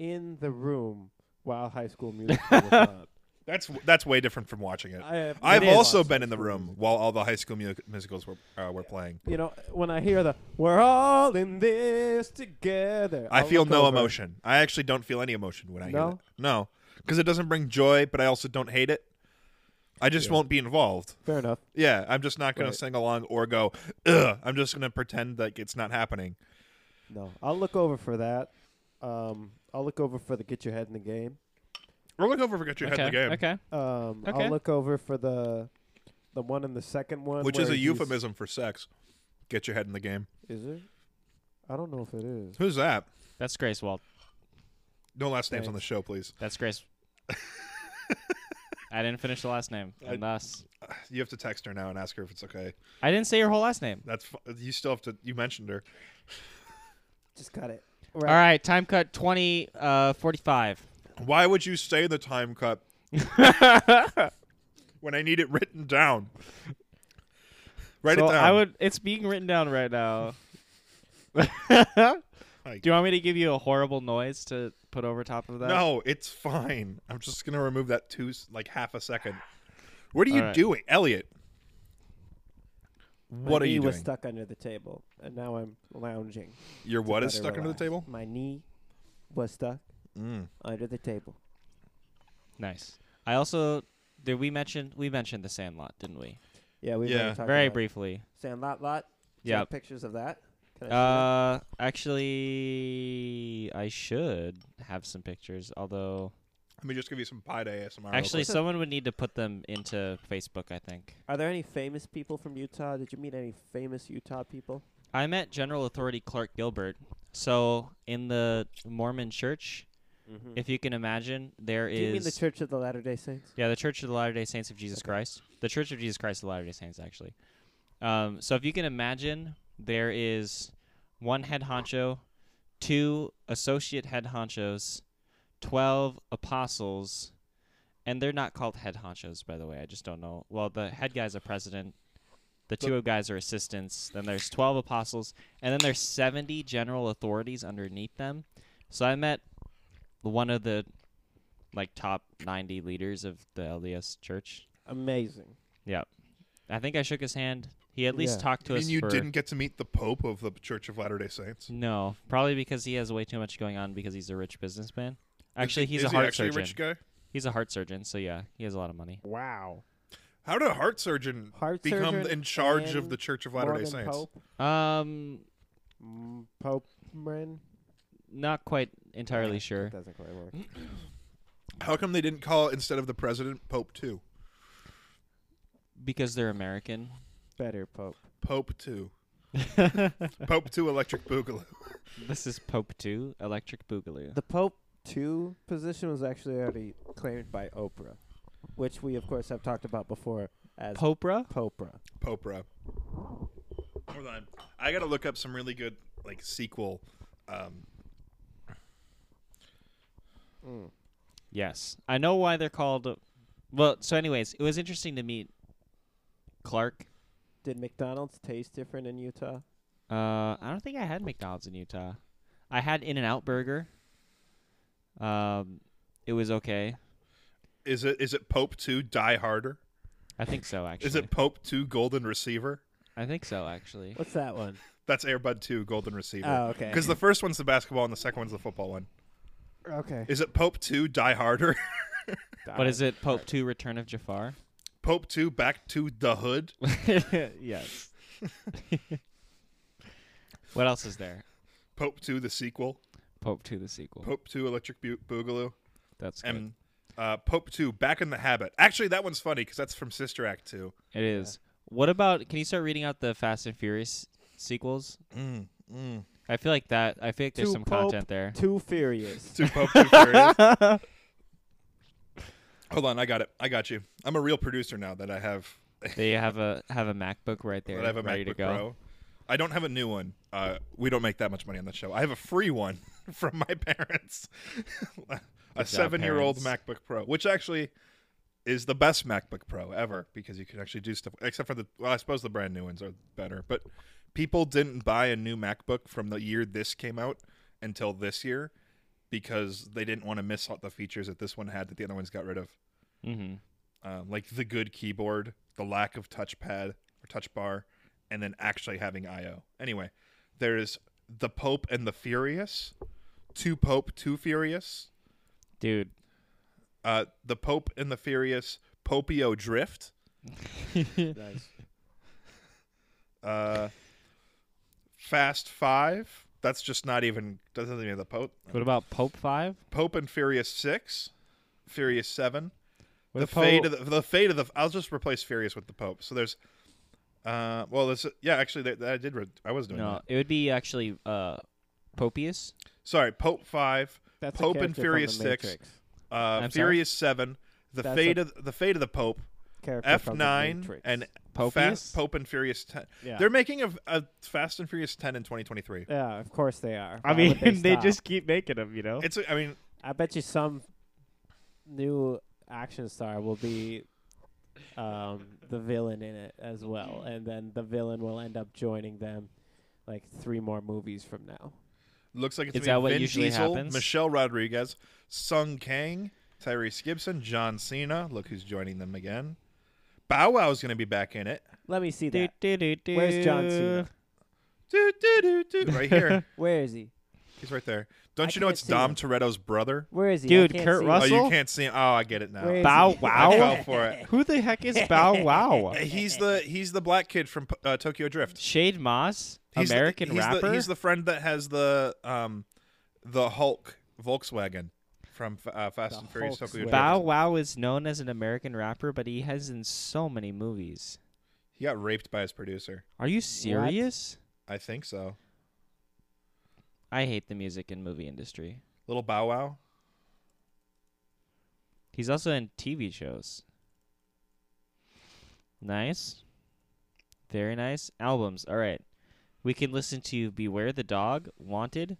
[SPEAKER 3] in the room while High School Musical was on,
[SPEAKER 1] That's that's way different from watching it.
[SPEAKER 3] I, uh,
[SPEAKER 1] I've also been in the room while all the High School mu- Musicals were uh, were playing.
[SPEAKER 3] You know, when I hear the "We're all in this together,"
[SPEAKER 1] I
[SPEAKER 3] I'll
[SPEAKER 1] feel
[SPEAKER 3] look
[SPEAKER 1] no
[SPEAKER 3] over.
[SPEAKER 1] emotion. I actually don't feel any emotion when I hear
[SPEAKER 3] No?
[SPEAKER 1] that. No, because it doesn't bring joy, but I also don't hate it. I just won't be involved.
[SPEAKER 3] Fair enough.
[SPEAKER 1] Yeah, I'm just not going
[SPEAKER 3] Right.
[SPEAKER 1] to sing along or go. Ugh. I'm just going to pretend like it's not happening.
[SPEAKER 3] No, I'll look over for that. Um, I'll look over for the "Get Your Head in the Game."
[SPEAKER 1] Or look over for get your
[SPEAKER 2] okay.
[SPEAKER 1] head in the game,
[SPEAKER 2] Okay.
[SPEAKER 3] Um,
[SPEAKER 2] Okay.
[SPEAKER 3] I'll look over for the the one in the second one,
[SPEAKER 1] which is
[SPEAKER 3] where
[SPEAKER 1] a
[SPEAKER 3] he's-
[SPEAKER 1] euphemism for sex. Get your head in the game.
[SPEAKER 3] Is it? I don't know if it is.
[SPEAKER 1] Who's that?
[SPEAKER 2] That's Grace Walt.
[SPEAKER 1] No last names on the show, please.
[SPEAKER 2] That's *laughs* Grace. I didn't finish the last name, and thus
[SPEAKER 1] You have to text her now and ask her if it's okay.
[SPEAKER 2] I didn't say your whole last name.
[SPEAKER 1] That's fu- you still have to. You mentioned her.
[SPEAKER 3] Just got it.
[SPEAKER 2] All right, time cut twenty uh, forty-five.
[SPEAKER 1] Why would you say the time
[SPEAKER 2] *laughs*
[SPEAKER 1] cut when I need it written down? Write
[SPEAKER 2] so
[SPEAKER 1] it down.
[SPEAKER 2] I would. It's being written down right *laughs* now. Do you want me to give you a horrible noise to put over top of that?
[SPEAKER 1] No, it's fine. I'm just gonna remove that two s- like half a second. What are you
[SPEAKER 2] Alright.
[SPEAKER 1] doing, Elliot?
[SPEAKER 3] My
[SPEAKER 1] What are
[SPEAKER 3] knee
[SPEAKER 1] you doing?
[SPEAKER 3] was stuck under the table, and now I'm lounging.
[SPEAKER 1] Your
[SPEAKER 3] to
[SPEAKER 1] what is
[SPEAKER 3] better
[SPEAKER 1] stuck under the table?
[SPEAKER 3] relax. My knee was stuck
[SPEAKER 1] Mm.
[SPEAKER 3] under the table.
[SPEAKER 2] Nice. I also did we mention we mentioned the Sandlot, didn't we?
[SPEAKER 3] Yeah, we
[SPEAKER 1] Yeah.
[SPEAKER 3] yeah. talked
[SPEAKER 2] Very
[SPEAKER 3] about
[SPEAKER 2] briefly.
[SPEAKER 3] Saying lot, lot. Do you
[SPEAKER 2] Yeah.
[SPEAKER 3] have pictures of that. Can I see that?
[SPEAKER 2] Uh, actually, I should have some pictures. Although,
[SPEAKER 1] Let me just give you some pie day ASMR. real
[SPEAKER 2] actually,
[SPEAKER 1] quick.
[SPEAKER 2] someone would need to put them into Facebook. I think
[SPEAKER 3] Are there any famous people from Utah? Did you meet any famous Utah people?
[SPEAKER 2] I met General Authority Clark Gilbert. So in the Mormon Church,
[SPEAKER 3] Mm-hmm.
[SPEAKER 2] if you can imagine, there
[SPEAKER 3] Do
[SPEAKER 2] is
[SPEAKER 3] you mean the Church of the Latter Day Saints?
[SPEAKER 2] Yeah, the Church of the Latter Day Saints of Jesus Christ. The Church of Jesus Christ of the Latter Day Saints, actually. Um, so if you can imagine, there is one head honcho, two associate head honchos, twelve apostles, and they're not called head honchos, by the way. I just don't know. Well, the head guy's a president. The two guys are assistants. Then there's 12 apostles. And then there's 70 general authorities underneath them. So I met one of the like top 90 leaders of the LDS church.
[SPEAKER 3] Amazing.
[SPEAKER 2] Yeah. I think I shook his hand. He at least
[SPEAKER 3] Yeah.
[SPEAKER 2] talked to
[SPEAKER 1] You
[SPEAKER 2] us
[SPEAKER 1] mean you
[SPEAKER 2] for-
[SPEAKER 1] didn't get to meet the Pope of the Church of Latter Day Saints.
[SPEAKER 2] No, probably because he has way too much going on because he's a rich businessman. Actually,
[SPEAKER 1] Is he-
[SPEAKER 2] he's
[SPEAKER 1] is
[SPEAKER 2] a
[SPEAKER 1] he
[SPEAKER 2] heart
[SPEAKER 1] actually
[SPEAKER 2] surgeon.
[SPEAKER 1] a rich guy.
[SPEAKER 2] He's a heart surgeon, so yeah, he has a lot of money.
[SPEAKER 3] Wow.
[SPEAKER 1] How did a heart surgeon
[SPEAKER 3] Heart
[SPEAKER 1] become
[SPEAKER 3] surgeon
[SPEAKER 1] in charge of
[SPEAKER 3] and
[SPEAKER 1] the Church of Latter Day
[SPEAKER 3] Mormon
[SPEAKER 1] Saints?
[SPEAKER 3] Pope.
[SPEAKER 2] Um
[SPEAKER 3] Mm, Pope Ren.
[SPEAKER 2] not quite entirely
[SPEAKER 3] Yeah,
[SPEAKER 2] sure.
[SPEAKER 3] that doesn't quite work.
[SPEAKER 1] How come they didn't call instead of the president Pope Two?
[SPEAKER 2] Because they're American.
[SPEAKER 3] Better Pope.
[SPEAKER 1] Pope
[SPEAKER 2] *laughs*
[SPEAKER 1] Two. Pope Two Electric Boogaloo.
[SPEAKER 2] This is Pope 2, Electric Boogaloo.
[SPEAKER 3] The Pope two position was actually already claimed by Oprah, which we of course have talked about before as
[SPEAKER 2] Popra?
[SPEAKER 3] Popra.
[SPEAKER 1] Popra. Hold on. I gotta look up some really good like sequel. Um,
[SPEAKER 2] Yes. I know why they're called Well, so anyways, it was interesting to meet Clark.
[SPEAKER 3] Did McDonald's taste different in Utah?
[SPEAKER 2] Uh, I don't think I had McDonald's in Utah. I had In and Out Burger. Um, it was okay.
[SPEAKER 1] is it is it Pope Two Die Harder?
[SPEAKER 2] I think so actually.
[SPEAKER 1] Is it Pope Two Golden Receiver?
[SPEAKER 2] I think so actually.
[SPEAKER 3] What's that one?
[SPEAKER 1] That's Airbud Two Golden
[SPEAKER 3] oh,
[SPEAKER 1] Receiver.
[SPEAKER 3] okay.
[SPEAKER 1] Because the first one's the basketball and the second one's the football one.
[SPEAKER 3] okay.
[SPEAKER 1] Is it Pope Two Die Harder? *laughs*
[SPEAKER 2] But is it Pope Two: Return of Jafar?
[SPEAKER 1] Pope Two Back to the Hood?
[SPEAKER 3] *laughs*
[SPEAKER 2] yes. what else is there?
[SPEAKER 1] Pope Two the sequel?
[SPEAKER 2] Pope Two: The sequel.
[SPEAKER 1] Pope Two Electric Bu- Boogaloo?
[SPEAKER 2] That's good.
[SPEAKER 1] And uh, Pope Two Back in the Habit. Actually, that one's funny because that's from Sister Act Two.
[SPEAKER 2] it is. What about? Can you start reading out the Fast and Furious sequels?
[SPEAKER 1] Mm, mm.
[SPEAKER 2] I feel like that. I feel like there's
[SPEAKER 3] To
[SPEAKER 2] some
[SPEAKER 3] Pope
[SPEAKER 1] *laughs*
[SPEAKER 2] content there.
[SPEAKER 3] Too furious.
[SPEAKER 1] Two Pope Two Furious. Hold on, I got it. I got you. I'm a real producer now that I have
[SPEAKER 2] They have a have a MacBook right there,
[SPEAKER 1] that I have a
[SPEAKER 2] ready to
[SPEAKER 1] MacBook
[SPEAKER 2] go.
[SPEAKER 1] Pro. I don't have a new one. Uh, we don't make that much money on the show. I have a free one *laughs* from my parents. *laughs* a seven-year-old
[SPEAKER 2] parents.
[SPEAKER 1] MacBook Pro, which actually is the best MacBook Pro ever because you can actually do stuff. Except for the, well, I suppose the brand new ones are better. But people didn't buy a new MacBook from the year this came out until this year because they didn't want to miss out the features that this one had that the other ones got rid of.
[SPEAKER 2] Mm-hmm.
[SPEAKER 1] um, like the good keyboard, the lack of touchpad or touch bar, and then actually having I/O. Anyway, there is the Pope and the Furious, two Pope, two Furious,
[SPEAKER 4] dude.
[SPEAKER 1] uh, the Pope and the Furious, Popio Drift,
[SPEAKER 3] Nice.
[SPEAKER 1] uh, Fast Five. That's just not even doesn't even have the Pope.
[SPEAKER 2] What about Pope Five?
[SPEAKER 1] Pope and Furious Six, Furious Seven,
[SPEAKER 2] What
[SPEAKER 1] the
[SPEAKER 2] Pope?
[SPEAKER 1] fate of the, the fate of the. I'll just replace Furious with the Pope. So there's, uh, well, there's yeah, actually, that, that I did. Re- I was doing
[SPEAKER 2] No,
[SPEAKER 1] that.
[SPEAKER 2] it would be actually uh, Popius.
[SPEAKER 1] Sorry, Pope Five,
[SPEAKER 3] That's a
[SPEAKER 1] Pope
[SPEAKER 3] character
[SPEAKER 1] and
[SPEAKER 3] from
[SPEAKER 1] Furious
[SPEAKER 3] the
[SPEAKER 1] Six,
[SPEAKER 3] Matrix.
[SPEAKER 1] uh,
[SPEAKER 2] I'm sorry?
[SPEAKER 1] Furious Seven, the
[SPEAKER 3] That's
[SPEAKER 1] fate
[SPEAKER 3] a-
[SPEAKER 1] of the fate of the Pope,
[SPEAKER 3] Character
[SPEAKER 1] F
[SPEAKER 3] from the
[SPEAKER 1] Nine,
[SPEAKER 3] Matrix.
[SPEAKER 1] and
[SPEAKER 2] Popius?
[SPEAKER 1] Fast Pope and Furious Ten.
[SPEAKER 3] Yeah.
[SPEAKER 1] They're making a, a Fast and Furious Ten in 2023.
[SPEAKER 3] yeah, of course they are.
[SPEAKER 4] I
[SPEAKER 3] Why would
[SPEAKER 4] mean, *laughs* they,
[SPEAKER 3] stop?
[SPEAKER 4] just keep making them, you know.
[SPEAKER 1] It's. a- I mean,
[SPEAKER 3] I bet you some new action star will be um, the villain in it as well, and then the villain will end up joining them like three more movies from now.
[SPEAKER 1] looks like it's
[SPEAKER 2] Is
[SPEAKER 1] gonna
[SPEAKER 2] that
[SPEAKER 1] be
[SPEAKER 2] what
[SPEAKER 1] Vin
[SPEAKER 2] usually
[SPEAKER 1] Diesel,
[SPEAKER 2] happens?
[SPEAKER 1] Michelle Rodriguez, Sung Kang, Tyrese Gibson, John Cena. Look who's joining them again. Bow Wow's gonna be back in it.
[SPEAKER 3] Let me see that.
[SPEAKER 2] Where's
[SPEAKER 3] Where's John Cena?
[SPEAKER 1] Do, do, do, do. Right
[SPEAKER 2] *laughs*
[SPEAKER 1] here.
[SPEAKER 3] Where is he?
[SPEAKER 1] He's right there. Don't
[SPEAKER 3] I
[SPEAKER 1] you know
[SPEAKER 3] can't
[SPEAKER 1] it's
[SPEAKER 3] see
[SPEAKER 1] Dom
[SPEAKER 3] him.
[SPEAKER 1] Toretto's brother?
[SPEAKER 3] Where is he? I
[SPEAKER 4] Dude,
[SPEAKER 3] can't
[SPEAKER 4] Kurt
[SPEAKER 3] see him.
[SPEAKER 4] Russell-
[SPEAKER 1] Oh, you
[SPEAKER 4] Russell?
[SPEAKER 1] can't see him. Oh, I get it now.
[SPEAKER 3] Where is
[SPEAKER 4] Bow
[SPEAKER 3] he?
[SPEAKER 1] I
[SPEAKER 4] Wow?
[SPEAKER 1] *laughs* fell for
[SPEAKER 3] *laughs*
[SPEAKER 1] it.
[SPEAKER 4] Who the heck is Bow Wow?
[SPEAKER 1] He's the he's the black kid from uh, Tokyo Drift.
[SPEAKER 2] *laughs* Shade Moss,
[SPEAKER 1] He's the-
[SPEAKER 2] American
[SPEAKER 1] he's
[SPEAKER 2] rapper.
[SPEAKER 1] The, he's the friend that has the um the Hulk Volkswagen from uh, Fast
[SPEAKER 3] The
[SPEAKER 1] and Furious
[SPEAKER 3] Hulk's
[SPEAKER 1] Tokyo
[SPEAKER 3] way.
[SPEAKER 2] Bow
[SPEAKER 1] Drift.
[SPEAKER 2] Wow is known as an American rapper, but he has in so many movies.
[SPEAKER 1] He got raped by his producer.
[SPEAKER 2] Are you serious?
[SPEAKER 1] I think so.
[SPEAKER 2] I hate the music and movie industry.
[SPEAKER 1] Little Bow Wow.
[SPEAKER 2] He's also in TV shows. Nice. Very nice. Albums. All right. We can listen to Beware the Dog, Wanted,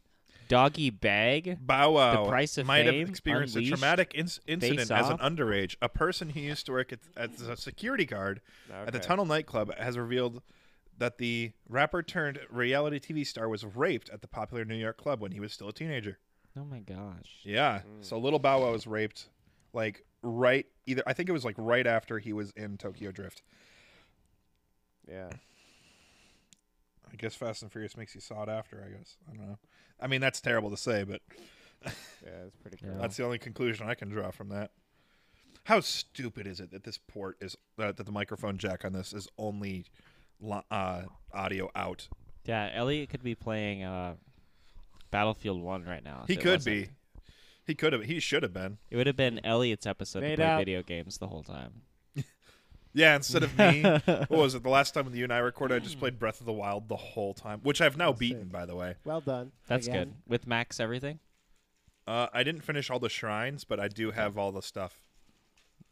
[SPEAKER 2] Doggy Bag.
[SPEAKER 1] Bow Wow
[SPEAKER 2] The Price of
[SPEAKER 1] might
[SPEAKER 2] Fame,
[SPEAKER 1] have experienced a
[SPEAKER 2] Unleashed,
[SPEAKER 1] traumatic inc- incident
[SPEAKER 2] Face
[SPEAKER 1] as an
[SPEAKER 2] Off.
[SPEAKER 1] underage. A person who used to work at, as a security guard at the Tunnel nightclub has revealed that the rapper turned reality TV star was raped at the popular New York club when he was still a teenager.
[SPEAKER 2] Oh my gosh.
[SPEAKER 1] Yeah. So Little Bow Wow was raped, like right either I think it was like right after he was in Tokyo Drift.
[SPEAKER 3] Yeah.
[SPEAKER 1] I guess Fast and Furious makes you sought after. I guess I don't know. I mean that's terrible to say, but
[SPEAKER 3] Yeah, that's pretty
[SPEAKER 2] Yeah.
[SPEAKER 3] cool.
[SPEAKER 1] That's the only conclusion I can draw from that. How stupid is it that this port is uh, that the microphone jack on this is only lo- uh, audio out?
[SPEAKER 2] Yeah, Elliot could be playing uh, Battlefield 1 right now. if
[SPEAKER 1] He
[SPEAKER 2] it
[SPEAKER 1] could
[SPEAKER 2] wasn't.
[SPEAKER 1] be. He could have. He should have been.
[SPEAKER 2] It would have been Elliot's episode
[SPEAKER 3] Made
[SPEAKER 2] to play
[SPEAKER 3] out.
[SPEAKER 2] video games the whole time.
[SPEAKER 1] Yeah, instead of
[SPEAKER 2] *laughs*
[SPEAKER 1] me, what was it? The last time you and I recorded, I just
[SPEAKER 2] Hmm.
[SPEAKER 1] played Breath of the Wild the whole time, which I've now beaten, by the way.
[SPEAKER 3] Well done.
[SPEAKER 2] That's
[SPEAKER 3] Again.
[SPEAKER 2] good. With Max everything?
[SPEAKER 1] Uh, I didn't finish all the shrines, but I do have all the stuff,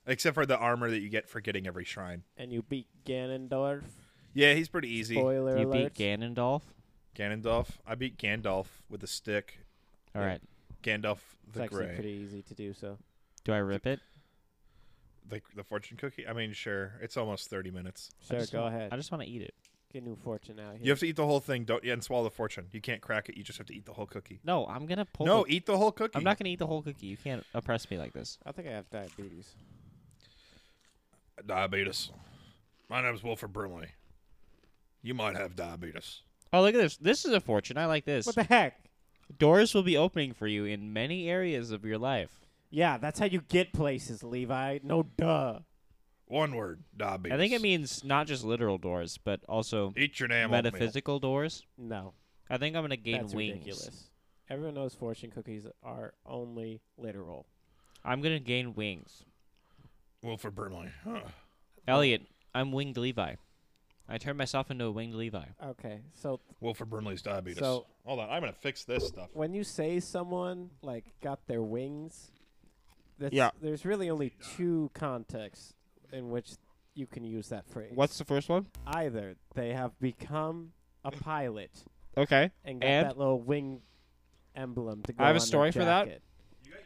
[SPEAKER 1] except for the armor that you get for getting every shrine.
[SPEAKER 3] And you beat Ganondorf.
[SPEAKER 1] Yeah, he's pretty easy.
[SPEAKER 3] Spoiler
[SPEAKER 2] you beat
[SPEAKER 3] alert.
[SPEAKER 2] Ganondorf?
[SPEAKER 1] Ganondorf. I beat Gandalf with a stick.
[SPEAKER 2] All right.
[SPEAKER 1] Gandalf
[SPEAKER 3] it's
[SPEAKER 1] the
[SPEAKER 3] actually
[SPEAKER 1] Gray.
[SPEAKER 3] pretty easy to do so.
[SPEAKER 2] Do I rip it?
[SPEAKER 1] the the fortune cookie. I mean, sure, it's almost thirty minutes.
[SPEAKER 3] Sure,
[SPEAKER 2] just
[SPEAKER 3] go
[SPEAKER 2] want-
[SPEAKER 3] ahead.
[SPEAKER 2] I just want to eat it.
[SPEAKER 3] Get a new fortune out here.
[SPEAKER 1] You have to eat the whole thing. Don't yeah, and swallow the fortune. You can't crack it. You just have to eat the whole cookie.
[SPEAKER 2] No, I'm going to pull
[SPEAKER 1] no,
[SPEAKER 2] the-
[SPEAKER 1] eat the whole cookie.
[SPEAKER 2] I'm not going to eat the whole cookie. You can't oppress me like this.
[SPEAKER 3] I think I have diabetes.
[SPEAKER 1] diabetes. My name's Wilford Brimley. You might have diabetes.
[SPEAKER 2] Oh, look at this. This is a fortune. I like this.
[SPEAKER 3] What the heck?
[SPEAKER 2] Doors will be opening for you in many areas of your life.
[SPEAKER 3] Yeah, that's how you get places, Levi. No duh.
[SPEAKER 1] One word, diabetes.
[SPEAKER 2] I think it means not just literal doors, but also
[SPEAKER 1] eat your damn
[SPEAKER 2] metaphysical doors.
[SPEAKER 3] No.
[SPEAKER 2] I think I'm going to gain
[SPEAKER 3] that's
[SPEAKER 2] wings.
[SPEAKER 3] ridiculous. Everyone knows fortune cookies are only literal.
[SPEAKER 2] I'm going to gain wings.
[SPEAKER 1] oatmeal. Wilford Brimley. Huh.
[SPEAKER 2] Elliot, I'm winged Levi. I turned myself into a winged Levi.
[SPEAKER 3] Okay. So
[SPEAKER 1] Wilford Brimley's diabetes.
[SPEAKER 3] So-
[SPEAKER 1] Hold on, I'm gonna fix this stuff.
[SPEAKER 3] when you say someone like got their wings, that's,
[SPEAKER 2] Yeah.
[SPEAKER 3] there's really only two contexts in which you can use that phrase.
[SPEAKER 2] the first one?
[SPEAKER 3] either they have become a pilot
[SPEAKER 2] Okay.
[SPEAKER 3] and got
[SPEAKER 2] And?
[SPEAKER 3] that little wing emblem to go
[SPEAKER 2] I have a
[SPEAKER 3] on their
[SPEAKER 2] story for that.
[SPEAKER 3] jacket.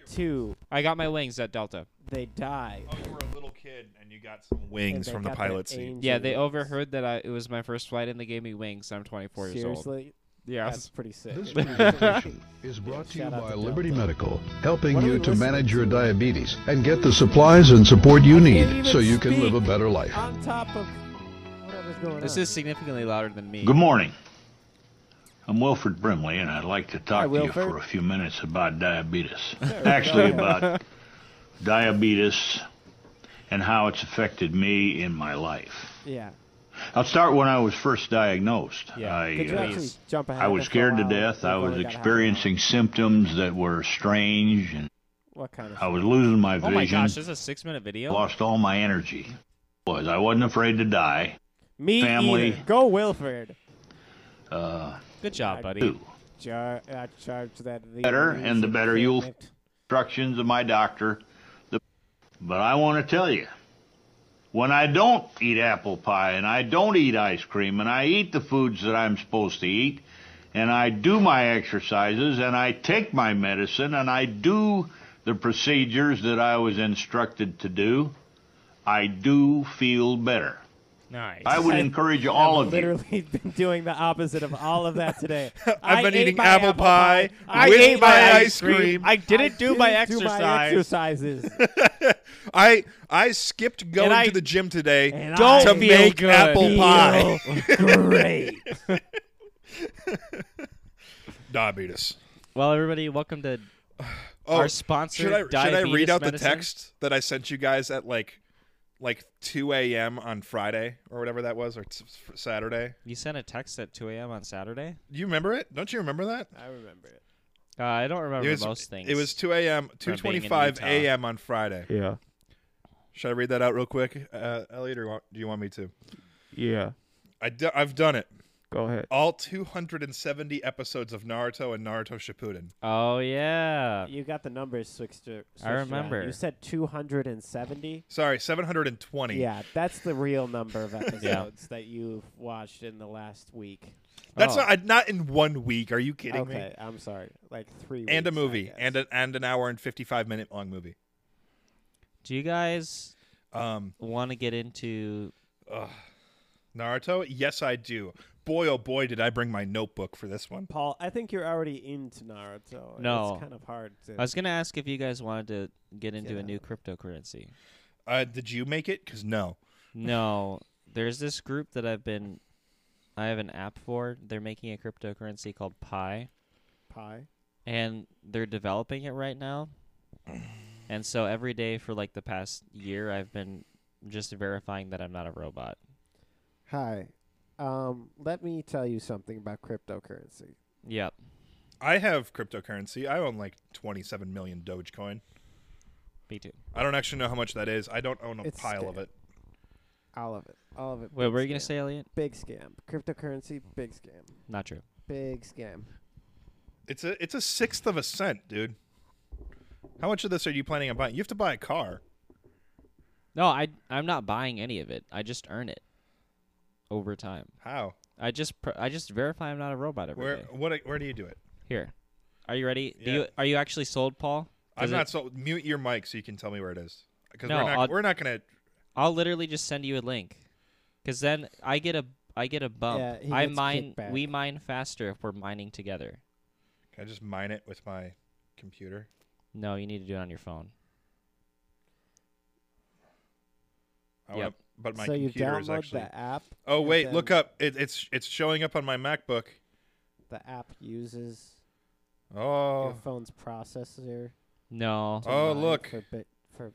[SPEAKER 3] Two,
[SPEAKER 2] I got my wings at Delta.
[SPEAKER 3] they die.
[SPEAKER 1] Oh, you were a little kid and you got some wings
[SPEAKER 3] they
[SPEAKER 1] from the
[SPEAKER 3] got that
[SPEAKER 1] pilot seat.
[SPEAKER 3] angel
[SPEAKER 2] Yeah, they
[SPEAKER 3] wings.
[SPEAKER 2] overheard that I, it was my first flight and they gave me wings. I'm 24 years old.
[SPEAKER 3] Seriously, That's pretty sick.
[SPEAKER 6] This presentation is brought to you
[SPEAKER 3] shout out
[SPEAKER 6] by
[SPEAKER 3] to
[SPEAKER 6] Liberty
[SPEAKER 3] Delta.
[SPEAKER 6] Medical, helping
[SPEAKER 3] What are
[SPEAKER 6] you
[SPEAKER 3] we
[SPEAKER 6] to
[SPEAKER 3] listening
[SPEAKER 6] manage your
[SPEAKER 3] to?
[SPEAKER 6] diabetes and get the supplies and support you
[SPEAKER 3] can't
[SPEAKER 6] need
[SPEAKER 3] even
[SPEAKER 6] so you can live a
[SPEAKER 3] speak.
[SPEAKER 6] better life.
[SPEAKER 3] on top of whatever's going
[SPEAKER 2] This
[SPEAKER 3] on.
[SPEAKER 2] is significantly louder than me.
[SPEAKER 7] Good morning. I'm Wilfred Brimley, and I'd like to
[SPEAKER 3] Hi,
[SPEAKER 7] talk to you
[SPEAKER 3] Wilfred.
[SPEAKER 7] for a few minutes about diabetes.
[SPEAKER 3] There we
[SPEAKER 7] Actually,
[SPEAKER 3] go. *laughs*
[SPEAKER 7] about diabetes and how it's affected me in my life.
[SPEAKER 3] yeah.
[SPEAKER 7] I'll start when I was first diagnosed.
[SPEAKER 4] Yeah.
[SPEAKER 7] I,
[SPEAKER 3] Could you
[SPEAKER 7] uh,
[SPEAKER 3] actually jump ahead?
[SPEAKER 7] I was
[SPEAKER 3] That's a
[SPEAKER 7] scared to
[SPEAKER 3] while.
[SPEAKER 7] death.
[SPEAKER 3] We've
[SPEAKER 7] I
[SPEAKER 3] only
[SPEAKER 7] was
[SPEAKER 3] got half an hour.
[SPEAKER 7] experiencing symptoms that were strange, and
[SPEAKER 3] What kind of?
[SPEAKER 7] I was losing my
[SPEAKER 2] Oh
[SPEAKER 7] vision.
[SPEAKER 2] my gosh, this is a six minute video?
[SPEAKER 7] lost all my energy. Was I wasn't afraid to die.
[SPEAKER 3] Me
[SPEAKER 7] family.
[SPEAKER 3] either. Go Wilford.
[SPEAKER 7] Uh,
[SPEAKER 2] Good job, buddy.
[SPEAKER 7] too.
[SPEAKER 3] Jar- I charge that the
[SPEAKER 7] Better and the better you'll-
[SPEAKER 3] treatment.
[SPEAKER 7] instructions of my doctor. The, but I want to tell you, when I don't eat apple pie and I don't eat ice cream and I eat the foods that I'm supposed to eat and I do my exercises and I take my medicine and I do the procedures that I was instructed to do, I do feel better.
[SPEAKER 2] Nice.
[SPEAKER 7] I would
[SPEAKER 3] I
[SPEAKER 7] encourage
[SPEAKER 3] I've
[SPEAKER 7] all of you.
[SPEAKER 3] literally *laughs* been doing the opposite of all of that today. I
[SPEAKER 1] I've been
[SPEAKER 3] ate
[SPEAKER 1] eating
[SPEAKER 3] my
[SPEAKER 1] apple, pie,
[SPEAKER 3] I
[SPEAKER 1] with
[SPEAKER 3] ate
[SPEAKER 1] my,
[SPEAKER 3] *laughs* my
[SPEAKER 1] ice cream.
[SPEAKER 2] I didn't do my
[SPEAKER 3] didn't do my
[SPEAKER 2] exercise.
[SPEAKER 3] exercises.
[SPEAKER 1] *laughs* I I skipped going
[SPEAKER 2] I-
[SPEAKER 1] to the gym today
[SPEAKER 3] and
[SPEAKER 2] Don't
[SPEAKER 1] to
[SPEAKER 3] I
[SPEAKER 2] feel
[SPEAKER 1] make
[SPEAKER 2] good.
[SPEAKER 1] apple pie.
[SPEAKER 3] feel *laughs* Great.
[SPEAKER 1] Diabetes.
[SPEAKER 2] *laughs* Well, everybody, welcome to
[SPEAKER 1] Oh,
[SPEAKER 2] our sponsor.
[SPEAKER 1] should I should I read
[SPEAKER 2] Diabetes
[SPEAKER 1] out
[SPEAKER 2] Medicine.
[SPEAKER 1] the text that I sent you guys at like like 2 a.m. on Friday or whatever that was or t- f- Saturday?
[SPEAKER 2] You sent a text at 2 a.m. on Saturday.
[SPEAKER 1] Do you remember it? Don't you remember that?
[SPEAKER 3] I remember it.
[SPEAKER 2] Uh, I don't remember
[SPEAKER 1] it was,
[SPEAKER 2] most things.
[SPEAKER 1] It was 2 a.m.
[SPEAKER 2] being in
[SPEAKER 1] 2:25
[SPEAKER 2] Utah.
[SPEAKER 1] a.m. on Friday.
[SPEAKER 4] Yeah.
[SPEAKER 1] Should I read that out real quick, uh, Elliot, or wa- do you want me to?
[SPEAKER 4] Yeah.
[SPEAKER 1] I d- I've done it.
[SPEAKER 4] Go ahead.
[SPEAKER 1] All 270 episodes of Naruto and Naruto Shippuden.
[SPEAKER 2] Oh yeah.
[SPEAKER 3] You got the numbers switched. to- switched
[SPEAKER 2] I
[SPEAKER 3] around.
[SPEAKER 2] remember.
[SPEAKER 3] You said 270.
[SPEAKER 1] Sorry, 720.
[SPEAKER 3] Yeah, that's the real number *laughs* of episodes that you've watched in the last week.
[SPEAKER 1] That's
[SPEAKER 2] Oh.
[SPEAKER 1] not, I- not in one week. Are you kidding
[SPEAKER 3] okay,
[SPEAKER 1] me?
[SPEAKER 3] I'm sorry. Like three.
[SPEAKER 1] And a
[SPEAKER 3] weeks, I
[SPEAKER 1] movie,
[SPEAKER 3] guess.
[SPEAKER 1] and an and an hour and 55 minute long movie.
[SPEAKER 2] Do you guys
[SPEAKER 1] Um,
[SPEAKER 2] want to get into?
[SPEAKER 1] Naruto. Yes, I do. Boy, oh boy, did I bring my notebook for this one.
[SPEAKER 3] Paul, I think you're already into Naruto. and
[SPEAKER 2] No.
[SPEAKER 3] it's kind of hard. To,
[SPEAKER 2] I was gonna ask if you guys wanted to get into
[SPEAKER 3] Yeah.
[SPEAKER 2] a new cryptocurrency.
[SPEAKER 1] Uh, did you make it? Cause no.
[SPEAKER 2] No, there's this group that I've been, I have an app for. They're making a cryptocurrency called Pi,
[SPEAKER 3] pie.
[SPEAKER 2] and they're developing it right now. And so every day for like the past year, I've been just verifying that I'm not a robot.
[SPEAKER 3] Hi. Um, let me tell you something about cryptocurrency.
[SPEAKER 2] Yep.
[SPEAKER 1] I have cryptocurrency. I own like 27 million Dogecoin.
[SPEAKER 2] Me too.
[SPEAKER 1] I don't actually know how much that is. I don't own a
[SPEAKER 3] It's
[SPEAKER 1] pile of
[SPEAKER 3] scam.
[SPEAKER 1] it.
[SPEAKER 3] All of it. All of it.
[SPEAKER 2] Wait,
[SPEAKER 3] big
[SPEAKER 2] what are you gonna
[SPEAKER 3] scam.
[SPEAKER 2] say, Elliot?
[SPEAKER 3] Big scam. Cryptocurrency, big scam.
[SPEAKER 2] Not true.
[SPEAKER 3] Big scam.
[SPEAKER 1] It's a it's a sixth of a cent, dude. How much of this are you planning on buying? You have to buy a car.
[SPEAKER 2] No, I I'm not buying any of it. I just earn it over time.
[SPEAKER 1] How?
[SPEAKER 2] I just pr- I just verify I'm not a robot every day.
[SPEAKER 1] Where what where do you do it?
[SPEAKER 2] Here, are you ready? Do
[SPEAKER 1] Yeah.
[SPEAKER 2] you are you actually sold, Paul?
[SPEAKER 1] I'm
[SPEAKER 2] Does it-
[SPEAKER 1] not so mute your mic so you can tell me where it is. Because
[SPEAKER 2] No,
[SPEAKER 1] we're not
[SPEAKER 2] I'll-
[SPEAKER 1] we're not gonna
[SPEAKER 2] I'll literally just send you a link, because then I get a I get a bump.
[SPEAKER 3] Yeah, he
[SPEAKER 2] I
[SPEAKER 3] gets
[SPEAKER 2] mine.
[SPEAKER 3] kickback.
[SPEAKER 2] We mine faster if we're mining together.
[SPEAKER 1] can I just mine it with my computer?
[SPEAKER 2] No, you need to do it on your phone.
[SPEAKER 1] I wanna-
[SPEAKER 2] Yep.
[SPEAKER 1] but my
[SPEAKER 3] so you
[SPEAKER 1] computer
[SPEAKER 3] download
[SPEAKER 1] is actually
[SPEAKER 3] the app.
[SPEAKER 1] Oh
[SPEAKER 3] and
[SPEAKER 1] wait,
[SPEAKER 3] then
[SPEAKER 1] look up. It, it's it's showing up on my MacBook.
[SPEAKER 3] The app uses your
[SPEAKER 1] Oh
[SPEAKER 3] phone's processor.
[SPEAKER 2] No,
[SPEAKER 3] to
[SPEAKER 1] Oh,
[SPEAKER 3] mine
[SPEAKER 1] look.
[SPEAKER 3] For bit, for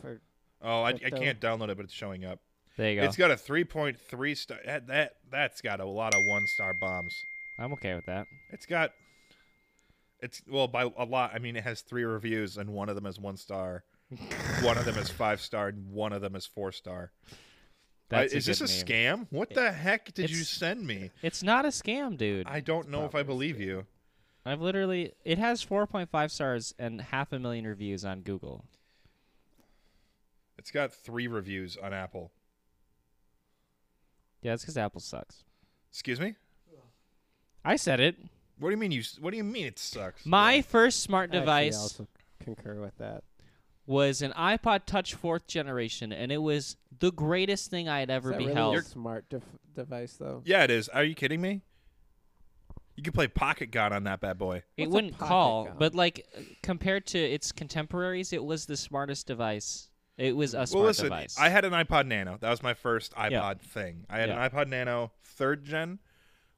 [SPEAKER 3] for
[SPEAKER 1] oh I, I
[SPEAKER 3] crypto.
[SPEAKER 1] can't download it, but it's showing up.
[SPEAKER 2] there you go.
[SPEAKER 1] It's got a 3.3 star. That, that that's got a lot of one star bombs.
[SPEAKER 2] I'm okay with that.
[SPEAKER 1] It's got it's well by a lot. I mean, it has three reviews, and one of them is one
[SPEAKER 2] *laughs*
[SPEAKER 1] star, one of them is five star, and one of them is four star. Uh,
[SPEAKER 2] That's
[SPEAKER 1] is
[SPEAKER 2] a
[SPEAKER 1] this
[SPEAKER 2] good
[SPEAKER 1] a
[SPEAKER 2] meme.
[SPEAKER 1] scam? What the heck did you
[SPEAKER 2] It's-
[SPEAKER 1] send me?
[SPEAKER 2] It's not a scam, dude.
[SPEAKER 1] I don't know if I
[SPEAKER 3] probably a
[SPEAKER 1] believe you.
[SPEAKER 2] I've literally it has 4.5 stars and half a million reviews on Google.
[SPEAKER 1] It's got three reviews on Apple.
[SPEAKER 2] Yeah, it's because Apple sucks.
[SPEAKER 1] Excuse me.
[SPEAKER 2] I said it.
[SPEAKER 1] What do you mean you? s- What do you mean it sucks?
[SPEAKER 2] My first smart
[SPEAKER 3] Actually, I
[SPEAKER 2] device
[SPEAKER 3] also concur with that.
[SPEAKER 2] was an iPod Touch fourth generation, and it was the greatest thing I had
[SPEAKER 3] Is
[SPEAKER 2] ever
[SPEAKER 3] that really a
[SPEAKER 2] beheld.
[SPEAKER 3] smart def- device though?
[SPEAKER 1] Yeah, it is. Are you kidding me? You could play pocket god on that bad boy.
[SPEAKER 2] It
[SPEAKER 4] What's a
[SPEAKER 2] wouldn't
[SPEAKER 4] pocket
[SPEAKER 2] call,
[SPEAKER 4] gun?
[SPEAKER 2] but like uh, compared to its contemporaries, it was the smartest device. It was a smart
[SPEAKER 1] well, listen,
[SPEAKER 2] device.
[SPEAKER 1] I had an iPod Nano. That was my first iPod
[SPEAKER 2] Yeah.
[SPEAKER 1] thing. I had
[SPEAKER 2] Yeah.
[SPEAKER 1] an iPod Nano third gen,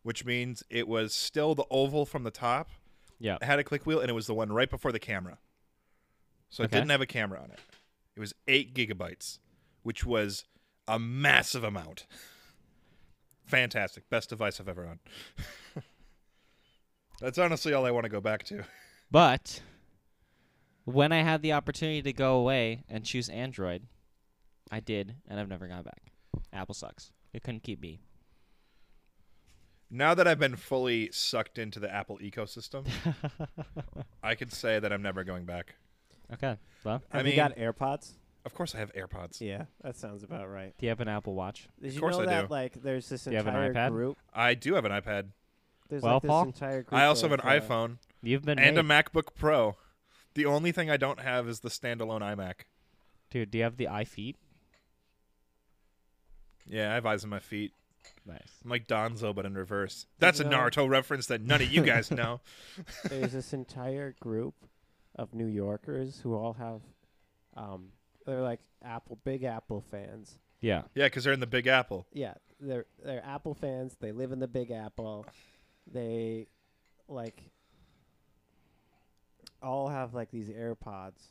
[SPEAKER 1] which means it was still the oval from the top. *laughs*
[SPEAKER 2] yeah.
[SPEAKER 1] It had a click wheel, and it was the one right before the camera. So
[SPEAKER 2] Okay.
[SPEAKER 1] it didn't have a camera on it. It was eight gigabytes, which was a massive amount. *laughs* Fantastic. Best device I've ever owned. *laughs* That's honestly all I want to go back to.
[SPEAKER 2] But when I had the opportunity to go away and choose Android, I did, and I've never gone back. Apple sucks. It couldn't keep me.
[SPEAKER 1] Now that I've been fully sucked into the Apple
[SPEAKER 3] *laughs*
[SPEAKER 1] ecosystem, I can say that I'm never going back.
[SPEAKER 2] Okay. Well,
[SPEAKER 1] I
[SPEAKER 3] Have
[SPEAKER 1] mean,
[SPEAKER 3] you got AirPods?
[SPEAKER 1] of course I have AirPods.
[SPEAKER 3] Yeah, that sounds about right.
[SPEAKER 2] do you have an Apple Watch?
[SPEAKER 3] Did you
[SPEAKER 1] course
[SPEAKER 3] know
[SPEAKER 1] I
[SPEAKER 3] that
[SPEAKER 1] do.
[SPEAKER 3] like there's this
[SPEAKER 2] you have an
[SPEAKER 3] entire
[SPEAKER 2] iPad?
[SPEAKER 3] group?
[SPEAKER 1] I do have an iPad.
[SPEAKER 3] There's
[SPEAKER 2] Well,
[SPEAKER 3] like this
[SPEAKER 2] Paul,
[SPEAKER 3] entire group.
[SPEAKER 1] I also have an
[SPEAKER 3] of, uh,
[SPEAKER 1] iPhone
[SPEAKER 2] You've been
[SPEAKER 1] and a
[SPEAKER 2] made.
[SPEAKER 1] MacBook Pro. The only thing I don't have is the standalone iMac.
[SPEAKER 2] dude. Do you have the iFeet?
[SPEAKER 1] Yeah, I have eyes on my feet.
[SPEAKER 2] Nice.
[SPEAKER 1] I'm like Donzo, but in reverse. That's a
[SPEAKER 3] you know-
[SPEAKER 1] Naruto reference that none of you
[SPEAKER 3] *laughs*
[SPEAKER 1] guys know. *laughs*
[SPEAKER 3] there's this entire group of New Yorkers who all have, um, they're like Apple, big Apple fans.
[SPEAKER 2] Yeah.
[SPEAKER 1] Yeah, because they're in the Big Apple.
[SPEAKER 3] Yeah, they're they're Apple fans. They live in the Big Apple. They, like, all have like these AirPods.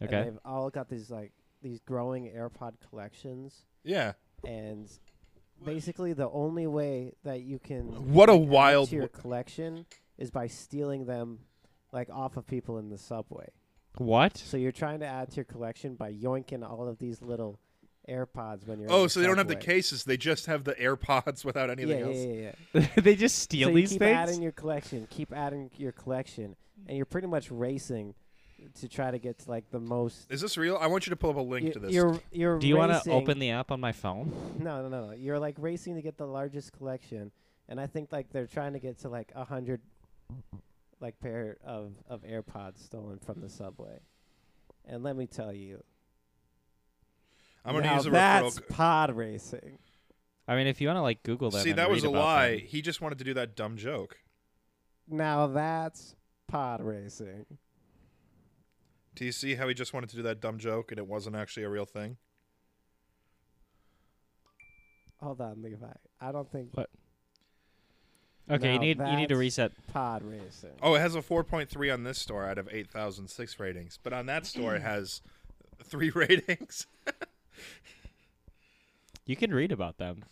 [SPEAKER 3] and
[SPEAKER 2] Okay.
[SPEAKER 3] they've all got these like these growing AirPod collections,
[SPEAKER 1] Yeah.
[SPEAKER 3] and basically the only way that you can
[SPEAKER 1] What a
[SPEAKER 3] add
[SPEAKER 1] wild.
[SPEAKER 3] to your
[SPEAKER 1] W-
[SPEAKER 3] collection is by stealing them, like off of people in the subway.
[SPEAKER 2] What? *laughs*
[SPEAKER 3] So you're trying to add to your collection by yoinking all of these little AirPods when you're. in
[SPEAKER 1] oh,
[SPEAKER 3] the
[SPEAKER 1] so they don't have the
[SPEAKER 3] subway.
[SPEAKER 1] cases. They just have the AirPods *laughs* without anything
[SPEAKER 3] yeah,
[SPEAKER 1] else.
[SPEAKER 3] yeah, yeah, yeah.
[SPEAKER 2] they just steal
[SPEAKER 3] so you
[SPEAKER 2] these
[SPEAKER 3] keep
[SPEAKER 2] things.
[SPEAKER 3] adding your collection, keep adding your collection, and you're pretty much racing to try to get to like the most.
[SPEAKER 1] Is this real? I want you to pull up a link
[SPEAKER 3] you-
[SPEAKER 1] to this.
[SPEAKER 3] You're, you're
[SPEAKER 2] do you
[SPEAKER 3] want to
[SPEAKER 2] open the app on my phone?
[SPEAKER 3] No, no, no, no. You're like racing to get the largest collection, and I think like they're trying to get to like a hundred, like pair of of AirPods stolen from the subway. And let me tell you,
[SPEAKER 1] I'm going to
[SPEAKER 3] now
[SPEAKER 1] use a referral.
[SPEAKER 3] that's
[SPEAKER 1] co-
[SPEAKER 3] pod racing.
[SPEAKER 2] I mean, if you want to like Google them.
[SPEAKER 1] See,
[SPEAKER 2] and
[SPEAKER 1] that was
[SPEAKER 2] read
[SPEAKER 1] a
[SPEAKER 2] about
[SPEAKER 1] lie.
[SPEAKER 2] them.
[SPEAKER 1] He just wanted to do that dumb joke.
[SPEAKER 3] Now that's pod racing.
[SPEAKER 1] Do you see how he just wanted to do that dumb joke and it wasn't actually a real thing?
[SPEAKER 3] Hold on, Levi. I don't think
[SPEAKER 2] What? Okay, you
[SPEAKER 3] Now
[SPEAKER 2] need you need to
[SPEAKER 3] that's-
[SPEAKER 2] reset.
[SPEAKER 3] pod racing.
[SPEAKER 1] Oh, it has a 4.3 on this store out of 8,006 ratings, but on that store it has three *laughs* ratings.
[SPEAKER 2] You can read about them.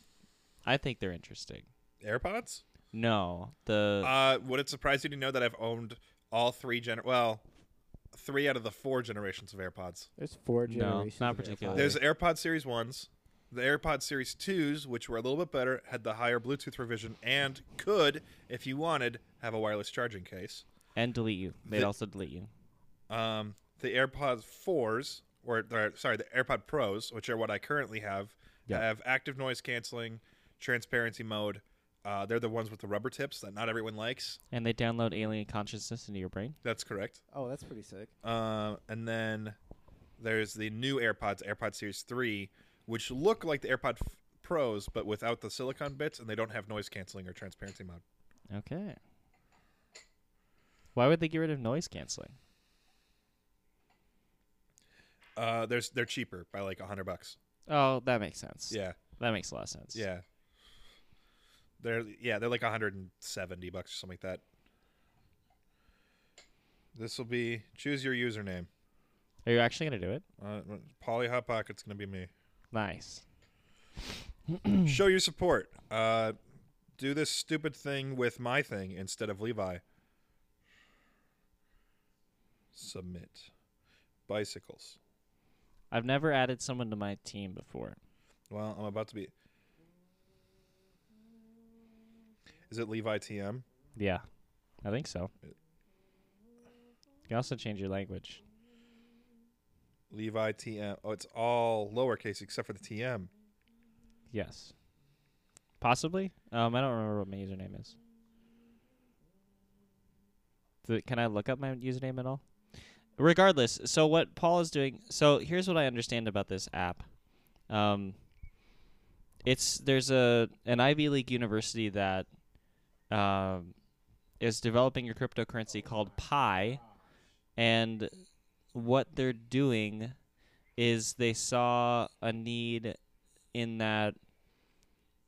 [SPEAKER 2] I think they're interesting.
[SPEAKER 1] AirPods?
[SPEAKER 2] No, the
[SPEAKER 1] Uh, would it surprise you to know that I've owned all three gener well, three out of the four generations of AirPods?
[SPEAKER 3] There's four
[SPEAKER 2] No,
[SPEAKER 3] generations.
[SPEAKER 2] not
[SPEAKER 3] of
[SPEAKER 2] particularly.
[SPEAKER 3] AirPods.
[SPEAKER 1] There's the AirPod Series ones, the AirPod Series twos, which were a little bit better, had the higher Bluetooth revision, and could, if you wanted, have a wireless charging case.
[SPEAKER 2] and delete you. They'd
[SPEAKER 1] the-
[SPEAKER 2] also delete you.
[SPEAKER 1] Um, the AirPods fours, or, or sorry, the AirPod Pros, which are what I currently have,
[SPEAKER 2] Yeah.
[SPEAKER 1] have active noise canceling, transparency mode. Uh, they're the ones with the rubber tips that not everyone likes.
[SPEAKER 2] And they download alien consciousness into your brain.
[SPEAKER 1] That's correct.
[SPEAKER 3] Oh, that's pretty sick.
[SPEAKER 1] Um, and then there's the new AirPods, AirPod Series 3, which look like the AirPod f- Pros, but without the silicon bits, and they don't have noise canceling or transparency mode.
[SPEAKER 2] Okay. Why would they get rid of noise canceling?
[SPEAKER 1] Uh, there's they're cheaper by like a hundred bucks.
[SPEAKER 2] Oh, that makes sense.
[SPEAKER 1] Yeah,
[SPEAKER 2] That makes a lot of sense.
[SPEAKER 1] yeah. They're yeah they're like a hundred and seventy bucks or something like that. This will be choose your username.
[SPEAKER 2] Are you actually going to do it?
[SPEAKER 1] Uh, Polly Hot Pocket's gonna be me.
[SPEAKER 2] Nice.
[SPEAKER 1] Show your support. Uh, do this stupid thing with my thing instead of Levi. Submit. Bicycles.
[SPEAKER 2] I've never added someone to my team before.
[SPEAKER 1] Well, I'm about to be. Is it Levi TM?
[SPEAKER 2] Yeah. I think so.
[SPEAKER 1] Uh,
[SPEAKER 2] You can also change your language.
[SPEAKER 1] Levi TM. Oh, it's all lowercase except for the TM.
[SPEAKER 2] Yes. Possibly? Um, I don't remember what my username is. Th- can I look up my username at all? Regardless, so what Paul is doing, so here's what I understand about this app. Um, it's there's a an Ivy League university that um, is developing a cryptocurrency called Pi, and what they're doing is they saw a need in that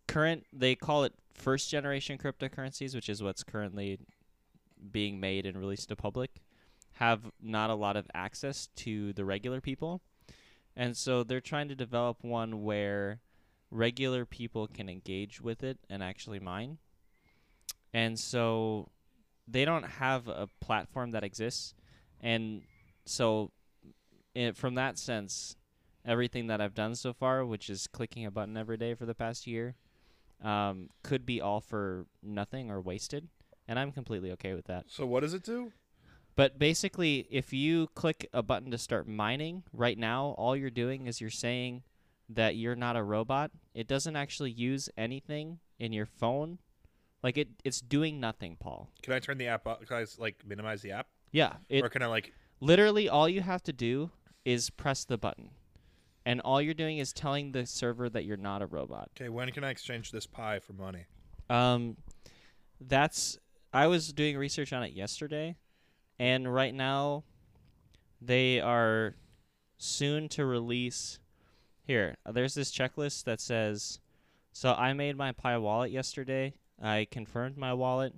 [SPEAKER 2] current they call it first generation cryptocurrencies, which is what's currently being made and released to public, have not a lot of access to the regular people. And so they're trying to develop one where regular people can engage with it and actually mine. And so they don't have a platform that exists. And so, i from that sense, everything that I've done so far, which is clicking a button every day for the past year, um, could be all for nothing or wasted. And I'm completely okay with that.
[SPEAKER 1] So what does it do?
[SPEAKER 2] But basically, if you click a button to start mining right now, all you're doing is you're saying that you're not a robot. It doesn't actually use anything in your phone. Like it, it's doing nothing, Paul.
[SPEAKER 1] Can I turn the app off? Can I like minimize the app,
[SPEAKER 2] Yeah, it
[SPEAKER 1] or can I like?
[SPEAKER 2] literally all you have to do is press the button, and all you're doing is telling the server that you're not a robot.
[SPEAKER 1] Okay, when can I exchange this pie for money?
[SPEAKER 2] Um, that's I was doing research on it yesterday, and right now they are soon to release. Here, uh, there's this checklist that says, "So I made my Pi wallet yesterday. I confirmed my wallet.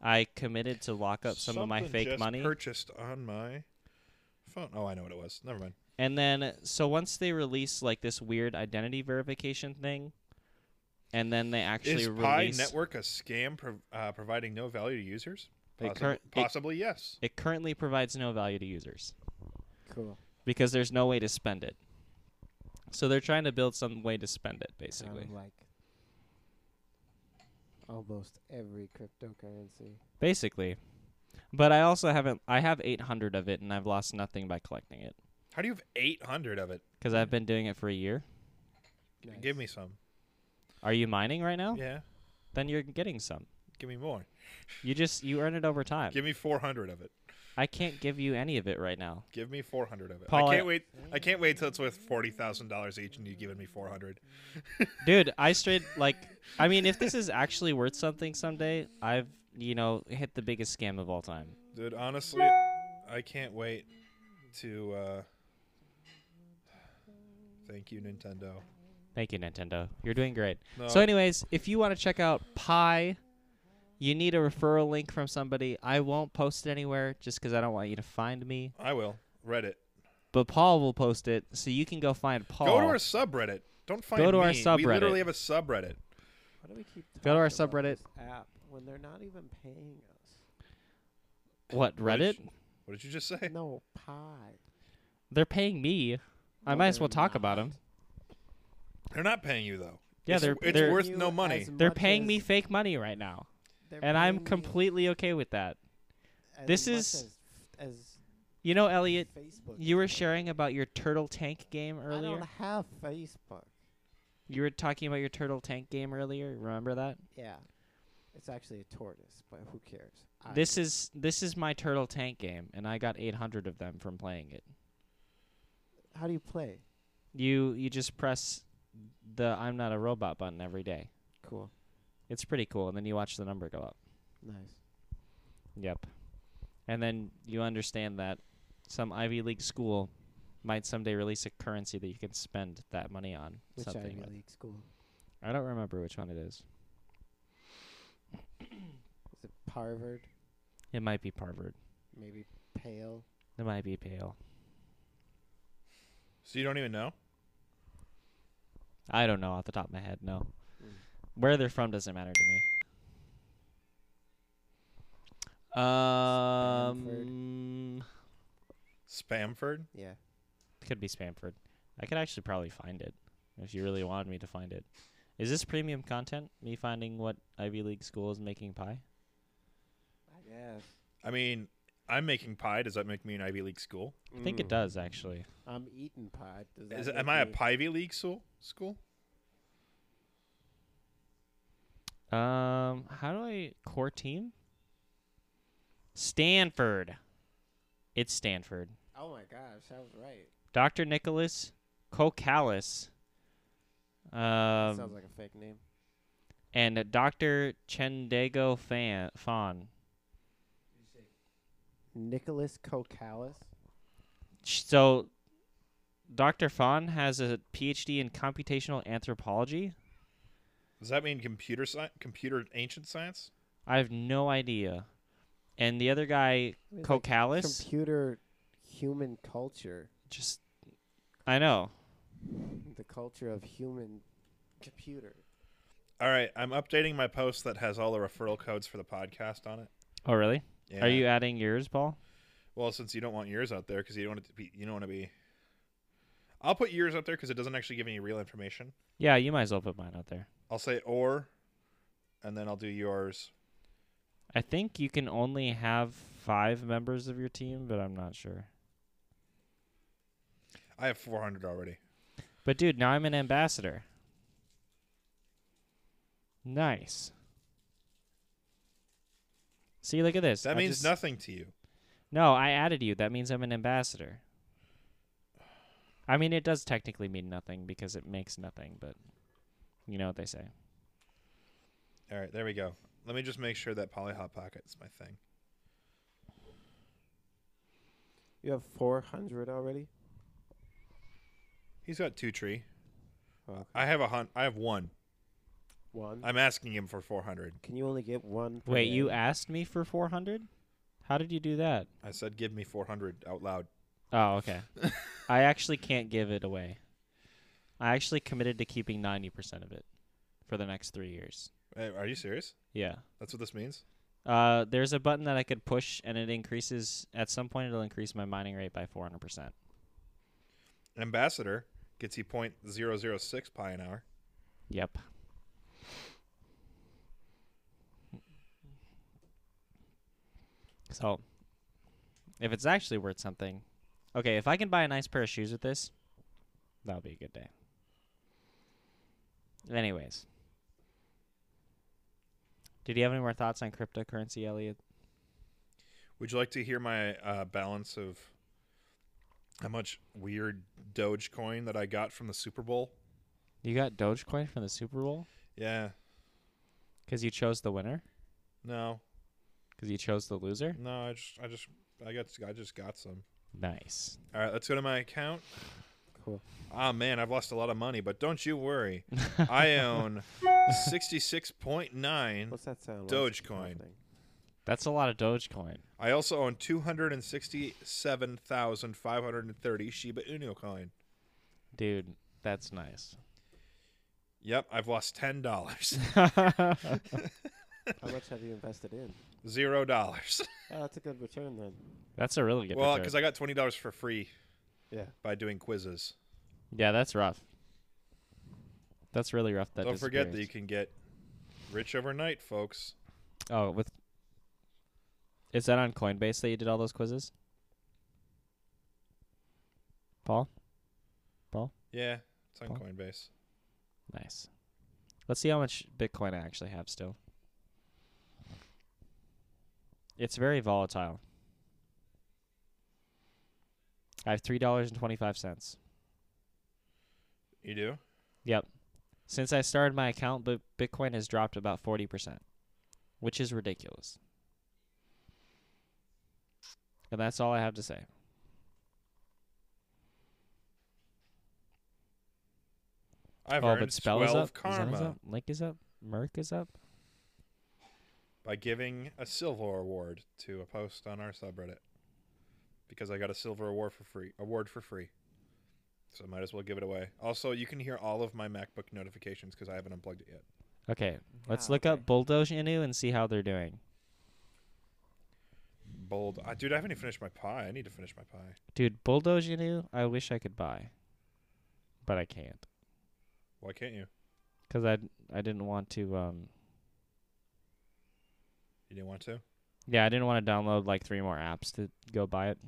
[SPEAKER 2] I committed to lock up some of my
[SPEAKER 1] Something
[SPEAKER 2] fake
[SPEAKER 1] just
[SPEAKER 2] money."
[SPEAKER 1] purchased on my phone. Oh, I know what it was. Never mind.
[SPEAKER 2] And then, so once they release like this weird identity verification thing, and then they actually
[SPEAKER 1] Is Pi
[SPEAKER 2] release
[SPEAKER 1] Network a scam prov- uh, providing no value to users?
[SPEAKER 2] They
[SPEAKER 1] Possib-
[SPEAKER 2] current- it-
[SPEAKER 1] possibly yes.
[SPEAKER 2] it currently provides no value to users
[SPEAKER 3] Cool.
[SPEAKER 2] because there's no way to spend it. So they're trying to build some way to spend it,
[SPEAKER 8] Kind
[SPEAKER 2] basically.
[SPEAKER 8] of like almost every cryptocurrency.
[SPEAKER 2] Basically. But I also haven't. I have 800 of it, and I've lost nothing by collecting it
[SPEAKER 1] How do you have 800 of it?
[SPEAKER 2] because I've been doing it for a year.
[SPEAKER 1] Give me some.
[SPEAKER 2] Are you mining right now?
[SPEAKER 1] Yeah,
[SPEAKER 2] Then you're getting some.
[SPEAKER 1] give me more.
[SPEAKER 2] You just you earn it over time.
[SPEAKER 1] Give me 400 of it.
[SPEAKER 2] I can't give you any of it right now.
[SPEAKER 1] Give me 400 of it.
[SPEAKER 2] Paul,
[SPEAKER 1] I
[SPEAKER 2] I-
[SPEAKER 1] can't wait. I can't wait till it's worth forty thousand dollars each, and you've given me 400.
[SPEAKER 2] dude i straight like i mean if this is actually worth something someday i've you know hit the biggest scam of all time
[SPEAKER 1] Dude, honestly, I can't wait to. Uh... *sighs* Thank you, Nintendo.
[SPEAKER 2] thank you nintendo you're doing great
[SPEAKER 1] No.
[SPEAKER 2] so anyways if you want to check out pi you need a referral link from somebody i won't post it anywhere just because i don't want you to find me
[SPEAKER 1] I will Reddit.
[SPEAKER 2] but paul will post it so you can go find paul
[SPEAKER 1] Go to our subreddit. Don't find
[SPEAKER 2] Go to our
[SPEAKER 1] me. We literally
[SPEAKER 2] subreddit.
[SPEAKER 1] have a subreddit.
[SPEAKER 8] Why do we keep
[SPEAKER 2] Go to our
[SPEAKER 8] talking about
[SPEAKER 2] subreddit.
[SPEAKER 8] this app when they're not even paying
[SPEAKER 1] *laughs*
[SPEAKER 8] us?
[SPEAKER 2] what reddit
[SPEAKER 1] What did you just say? *laughs*
[SPEAKER 8] No pie.
[SPEAKER 2] they're paying me i
[SPEAKER 8] No,
[SPEAKER 2] might as well
[SPEAKER 8] they're
[SPEAKER 2] talk
[SPEAKER 8] not.
[SPEAKER 2] about them
[SPEAKER 1] They're not paying you though.
[SPEAKER 2] yeah
[SPEAKER 1] It's-
[SPEAKER 2] they're
[SPEAKER 1] it's
[SPEAKER 2] they're,
[SPEAKER 1] worth no money.
[SPEAKER 2] they're paying me fake money right now and i'm completely okay with that this is-
[SPEAKER 8] as, as
[SPEAKER 2] you know elliot
[SPEAKER 8] Facebook.
[SPEAKER 2] You were sharing about your turtle tank game
[SPEAKER 8] I
[SPEAKER 2] earlier.
[SPEAKER 8] don't have Facebook.
[SPEAKER 2] You were talking about your turtle tank game earlier. Remember that?
[SPEAKER 8] Yeah, it's actually a tortoise, but who cares? I
[SPEAKER 2] This
[SPEAKER 8] don't-
[SPEAKER 2] is this is my turtle tank game, and I got 800 of them from playing it.
[SPEAKER 8] how do you play?
[SPEAKER 2] You you just press the I'm not a robot button every day.
[SPEAKER 8] Cool,
[SPEAKER 2] It's pretty cool, and then you watch the number go up.
[SPEAKER 8] nice.
[SPEAKER 2] Yep. And then you understand that some Ivy League school might someday release a currency that you can spend that money on
[SPEAKER 8] Which
[SPEAKER 2] something.
[SPEAKER 8] Ivy
[SPEAKER 2] with.
[SPEAKER 8] League school
[SPEAKER 2] I don't remember which one it is.
[SPEAKER 8] is it? Harvard,
[SPEAKER 2] It might be Harvard.
[SPEAKER 8] maybe Pale.
[SPEAKER 2] It might be Pale.
[SPEAKER 1] So you don't even know.
[SPEAKER 2] I don't know off the top of my head, no. Where they're from doesn't matter to me. Um,
[SPEAKER 1] Spamford.
[SPEAKER 8] Yeah,
[SPEAKER 2] could be Spamford. I could actually probably find it if you really wanted me to find it. Is this premium content? Me finding what Ivy League school is making pie?
[SPEAKER 8] I guess
[SPEAKER 1] I mean, I'm making pie. Does that make me an Ivy League school?
[SPEAKER 2] I think it does actually.
[SPEAKER 8] I'm eating pie. Does that
[SPEAKER 1] Is it,
[SPEAKER 8] make
[SPEAKER 1] am I a
[SPEAKER 8] me-
[SPEAKER 1] Pivy League school? School?
[SPEAKER 2] Um, how do I core team? Stanford. It's Stanford.
[SPEAKER 8] Oh my gosh, I was right.
[SPEAKER 2] Dr. Nicholas Kokalis.
[SPEAKER 8] That
[SPEAKER 2] Um,
[SPEAKER 8] sounds like a fake name.
[SPEAKER 2] and Dr. Chendego Fan, Fawn.
[SPEAKER 8] Nicholas Kokalis.
[SPEAKER 2] So, Dr. Fawn has a PhD in computational anthropology.
[SPEAKER 1] Does that mean computer science? Computer ancient science?
[SPEAKER 2] I have no idea. And the other guy,
[SPEAKER 8] It's like
[SPEAKER 2] Kokalis,
[SPEAKER 8] Computer human culture.
[SPEAKER 2] just I know.
[SPEAKER 8] The culture of human computer.
[SPEAKER 1] All right, I'm updating my post that has all the referral codes for the podcast on it.
[SPEAKER 2] Oh, really?
[SPEAKER 1] Yeah.
[SPEAKER 2] Are you adding yours, Paul?
[SPEAKER 1] Well, since you don't want yours out there because you don't want it to be, you don't want to be. I'll put yours up there because it doesn't actually give any real information.
[SPEAKER 2] Yeah, you might as well put mine out there.
[SPEAKER 1] I'll say or, and then I'll do yours.
[SPEAKER 2] I think you can only have five members of your team, but I'm not sure.
[SPEAKER 1] I have 400 already.
[SPEAKER 2] But dude, now I'm an ambassador. Nice. See, look at this.
[SPEAKER 1] That
[SPEAKER 2] I
[SPEAKER 1] means
[SPEAKER 2] just-
[SPEAKER 1] nothing to you.
[SPEAKER 2] No, I added you. That means I'm an ambassador. I mean, it does technically mean nothing because it makes nothing, but you know what they say.
[SPEAKER 1] All right, there we go. Let me just make sure that Poly Hot Pocket's my thing.
[SPEAKER 3] You have 400 already?
[SPEAKER 1] He's got two tree.
[SPEAKER 3] Oh,
[SPEAKER 1] I have a hun- I have one.
[SPEAKER 3] one.
[SPEAKER 1] I'm asking him for 400.
[SPEAKER 3] Can you only get one? per
[SPEAKER 2] Wait,
[SPEAKER 3] day?
[SPEAKER 2] you asked me for 400? How did you do that?
[SPEAKER 1] I said, give me 400 out loud.
[SPEAKER 2] Oh, okay. *laughs* I actually can't give it away. I actually committed to keeping 90% of it for the next three years.
[SPEAKER 1] Hey, are you serious?
[SPEAKER 2] Yeah.
[SPEAKER 1] That's what this means?
[SPEAKER 2] Uh, there's a button that I could push, and it increases. At some point, it'll increase my mining rate by 400%.
[SPEAKER 1] Ambassador gets you 0.006 pi an hour.
[SPEAKER 2] Yep. So, if it's actually worth something, okay, if I can buy a nice pair of shoes with this, that'll be a good day. Anyways, did you have any more thoughts on cryptocurrency, Elliot?
[SPEAKER 1] Would you like to hear my uh, balance of how much weird Dogecoin that I got from the Super Bowl?
[SPEAKER 2] You got Dogecoin from the Super Bowl
[SPEAKER 1] Yeah.
[SPEAKER 2] because you chose the winner,
[SPEAKER 1] No.
[SPEAKER 2] because you chose the loser.
[SPEAKER 1] No, I just I just I got I just got some.
[SPEAKER 2] Nice.
[SPEAKER 1] All right, let's go to my account.
[SPEAKER 3] Cool.
[SPEAKER 1] Ah man, I've lost a lot of money, but don't you
[SPEAKER 2] *laughs*
[SPEAKER 1] worry. I own 66.9.
[SPEAKER 3] What's that
[SPEAKER 1] Hmm.
[SPEAKER 3] sound? What is it?
[SPEAKER 1] Dogecoin.
[SPEAKER 3] Nothing.
[SPEAKER 2] That's a lot of Dogecoin.
[SPEAKER 1] I also own 267,530 Shiba Inu coin.
[SPEAKER 2] Dude, that's *laughs* nice.
[SPEAKER 1] Yep, I've lost
[SPEAKER 2] *laughs*
[SPEAKER 1] $10.
[SPEAKER 3] How much have you invested in?
[SPEAKER 1] Zero dollars.
[SPEAKER 3] Oh, that's a good return then.
[SPEAKER 2] That's a really good
[SPEAKER 1] well,
[SPEAKER 2] return.
[SPEAKER 1] because I got twenty dollars for free.
[SPEAKER 3] Yeah.
[SPEAKER 1] By doing quizzes.
[SPEAKER 2] Yeah, that's rough. That's really rough. That
[SPEAKER 1] Don't forget that you
[SPEAKER 2] disappearance.
[SPEAKER 1] can get rich overnight, folks.
[SPEAKER 2] Oh, with is that on Coinbase that you did all those quizzes? Paul,
[SPEAKER 1] Yeah, it's on
[SPEAKER 2] Cool.
[SPEAKER 1] Coinbase.
[SPEAKER 2] nice. Let's see how much Bitcoin I actually have still. It's very volatile. I have three dollars and twenty-five cents.
[SPEAKER 1] You do?
[SPEAKER 2] Yep. Since I started my account, but Bitcoin has dropped about 40%, which is ridiculous. And that's all I have to say.
[SPEAKER 1] I've
[SPEAKER 2] oh,
[SPEAKER 1] earned
[SPEAKER 2] but Spell is
[SPEAKER 1] twelve
[SPEAKER 2] up. Zen
[SPEAKER 1] karma
[SPEAKER 2] is up. Link is up. Merc is up.
[SPEAKER 1] by giving a silver award to a post on our subreddit because I got a silver award for free. Award for free. So I might as well give it away. Also, you can hear all of my MacBook notifications because I haven't unplugged it yet.
[SPEAKER 2] Okay, let's
[SPEAKER 8] Ah,
[SPEAKER 2] look
[SPEAKER 8] okay.
[SPEAKER 2] up Bulldoge Inu and see how they're doing.
[SPEAKER 1] Bold, uh, dude. I haven't even finished my pie. I need to finish my pie.
[SPEAKER 2] Dude, Bulldoge Inu, I wish I could buy, but I can't
[SPEAKER 1] Why can't you?
[SPEAKER 2] because I I didn't want to. Um,
[SPEAKER 1] You didn't want to?
[SPEAKER 2] yeah, I didn't want to download like three more apps to go buy it.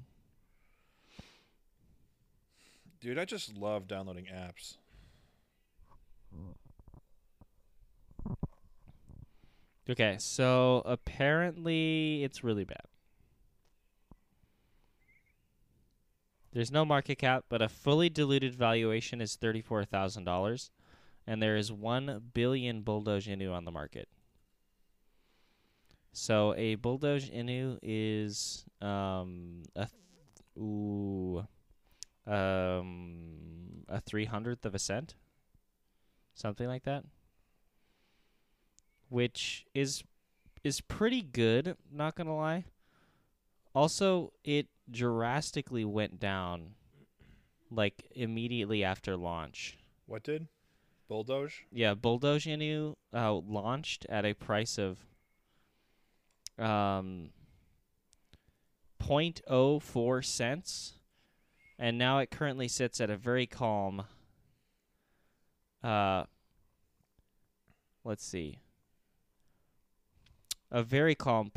[SPEAKER 1] Dude, I just love downloading apps.
[SPEAKER 2] Okay, so apparently it's really bad. There's no market cap, but a fully diluted valuation is thirty-four thousand dollars, and there is one billion Bulldoge Inu on the market. So a bulldog inu is um a th- ooh um a three hundredth of a cent, something like that, which is is pretty good. Not gonna lie. Also, it drastically went down, like immediately after launch.
[SPEAKER 1] What did? Bulldoge?
[SPEAKER 2] Yeah, Bulldoge Inu uh, launched at a price of um 0.04 cents and now it currently sits at a very calm uh let's see a very calm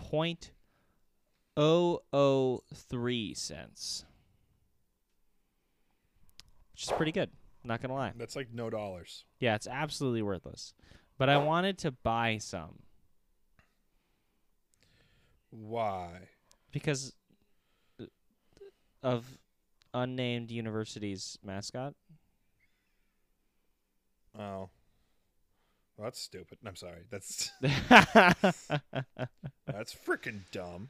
[SPEAKER 2] 0.003 cents which is pretty good not going to lie
[SPEAKER 1] That's like no dollars.
[SPEAKER 2] yeah, it's absolutely worthless. But I wanted to buy some
[SPEAKER 1] Why?
[SPEAKER 2] because uh, of unnamed university's mascot. *laughs*
[SPEAKER 1] Oh. Well, that's stupid. I'm sorry. That's *laughs*
[SPEAKER 2] I
[SPEAKER 1] that's freaking dumb.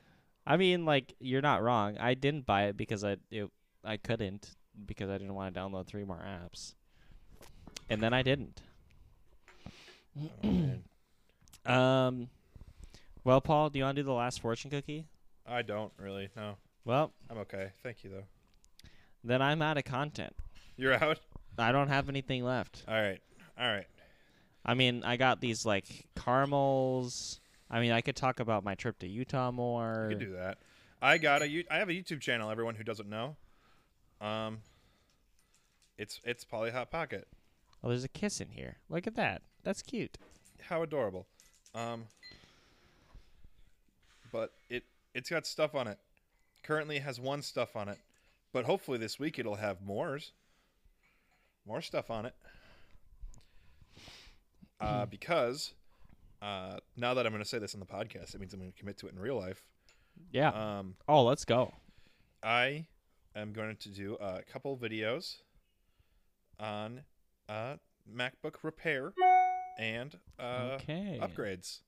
[SPEAKER 2] mean, like you're not wrong. I didn't buy it because I it, I couldn't because I didn't want to download three more apps. And then I didn't.
[SPEAKER 1] Oh, man.
[SPEAKER 2] *clears throat* Um well, Paul, do you want to do the last fortune cookie?
[SPEAKER 1] I don't really. No.
[SPEAKER 2] Well,
[SPEAKER 1] I'm okay. Thank you though.
[SPEAKER 2] then I'm out of content.
[SPEAKER 1] You're out?
[SPEAKER 2] I don't have anything left.
[SPEAKER 1] All right. All right.
[SPEAKER 2] I mean, I got these like caramels. I mean, I could talk about my trip to Utah more.
[SPEAKER 1] You can do that. I got a. Yo- I have a YouTube channel. Everyone who doesn't know, um, it's it's Polly Hot Pocket.
[SPEAKER 2] Oh, there's a kiss in here. Look at that. That's cute.
[SPEAKER 1] How adorable. Um, but it it's got stuff on it. Currently has one stuff on it, but hopefully this week it'll have mores. More stuff on it. Uh, because uh, now that I'm going to say this on the podcast, it means I'm going to commit to it in real life.
[SPEAKER 2] Yeah.
[SPEAKER 1] Um,
[SPEAKER 2] oh, let's go.
[SPEAKER 1] I am going to do a couple videos on uh, MacBook repair and uh,
[SPEAKER 2] okay.
[SPEAKER 1] upgrades.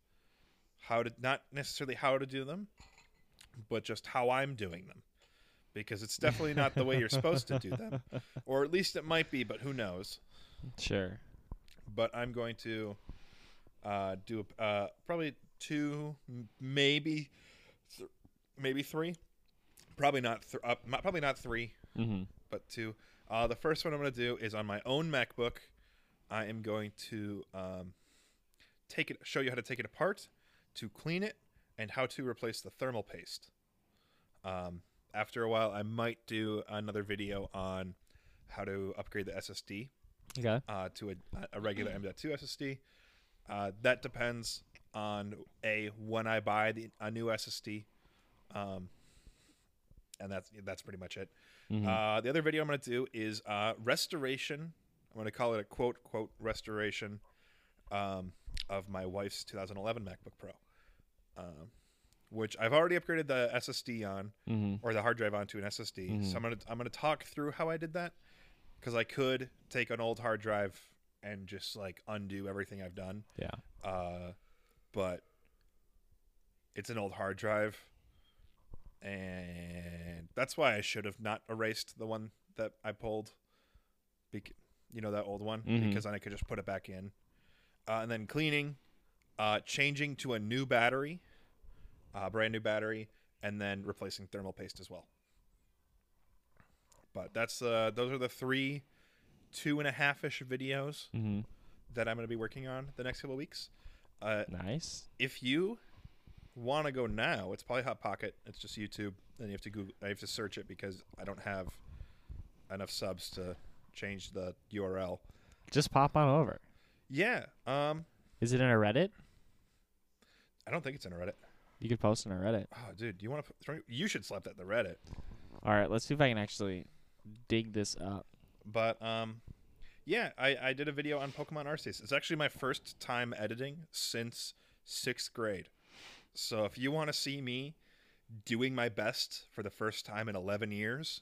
[SPEAKER 1] How to not necessarily how to do them, but just how I'm doing them, because it's definitely not the way you're supposed to do them, or at least it might be, but who knows?
[SPEAKER 2] Sure.
[SPEAKER 1] But I'm going to uh, do uh, probably two, m- maybe, th- maybe three, probably not th- up, probably not three
[SPEAKER 2] Mm-hmm.
[SPEAKER 1] but two. Uh, the first one I'm going to do is on my own MacBook. I am going to um, take it, show you how to take it apart, to clean it, and how to replace the thermal paste. Um, after a while, I might do another video on how to upgrade the SSD
[SPEAKER 2] Okay.
[SPEAKER 1] uh, to a, a regular M.2 SSD. Uh, that depends on a when I buy the, a new SSD, um, and that's that's pretty much it. Uh, the other video I'm going to do is uh, restoration. I'm going to call it a quote quote restoration um, of my wife's 2011 MacBook Pro, um, which I've already upgraded the SSD on
[SPEAKER 2] Mm-hmm.
[SPEAKER 1] or the hard drive onto an SSD. So I'm gonna I'm gonna talk through how I did that because I could take an old hard drive and just like undo everything I've done.
[SPEAKER 2] Yeah.
[SPEAKER 1] Uh, but it's an old hard drive, and that's why I should have not erased the one that I pulled. Bec- you know that old one
[SPEAKER 2] Mhm.
[SPEAKER 1] because then I could just put it back in, uh, and then cleaning, uh, changing to a new battery, uh, brand new battery, and then replacing thermal paste as well. But that's uh, those are the three, two and a half ish videos
[SPEAKER 2] Mm-hmm.
[SPEAKER 1] that I'm going to be working on the next couple of weeks. Uh,
[SPEAKER 2] Nice.
[SPEAKER 1] if you want to go now, it's probably Hot Pocket. It's just YouTube, and you have to Google. I have to search it because I don't have enough subs to change the URL.
[SPEAKER 2] Just pop on over.
[SPEAKER 1] Yeah, um,
[SPEAKER 2] Is it in a Reddit?
[SPEAKER 1] I don't think it's in Reddit.
[SPEAKER 2] You could post in a Reddit.
[SPEAKER 1] Oh, dude, do you want to? You should slap that in the Reddit.
[SPEAKER 2] All right. Let's see if I can actually dig this up.
[SPEAKER 1] But um, yeah, I, I did a video on Pokemon Arceus. It's actually my first time editing since sixth grade. So if you want to see me doing my best for the first time in 11 years,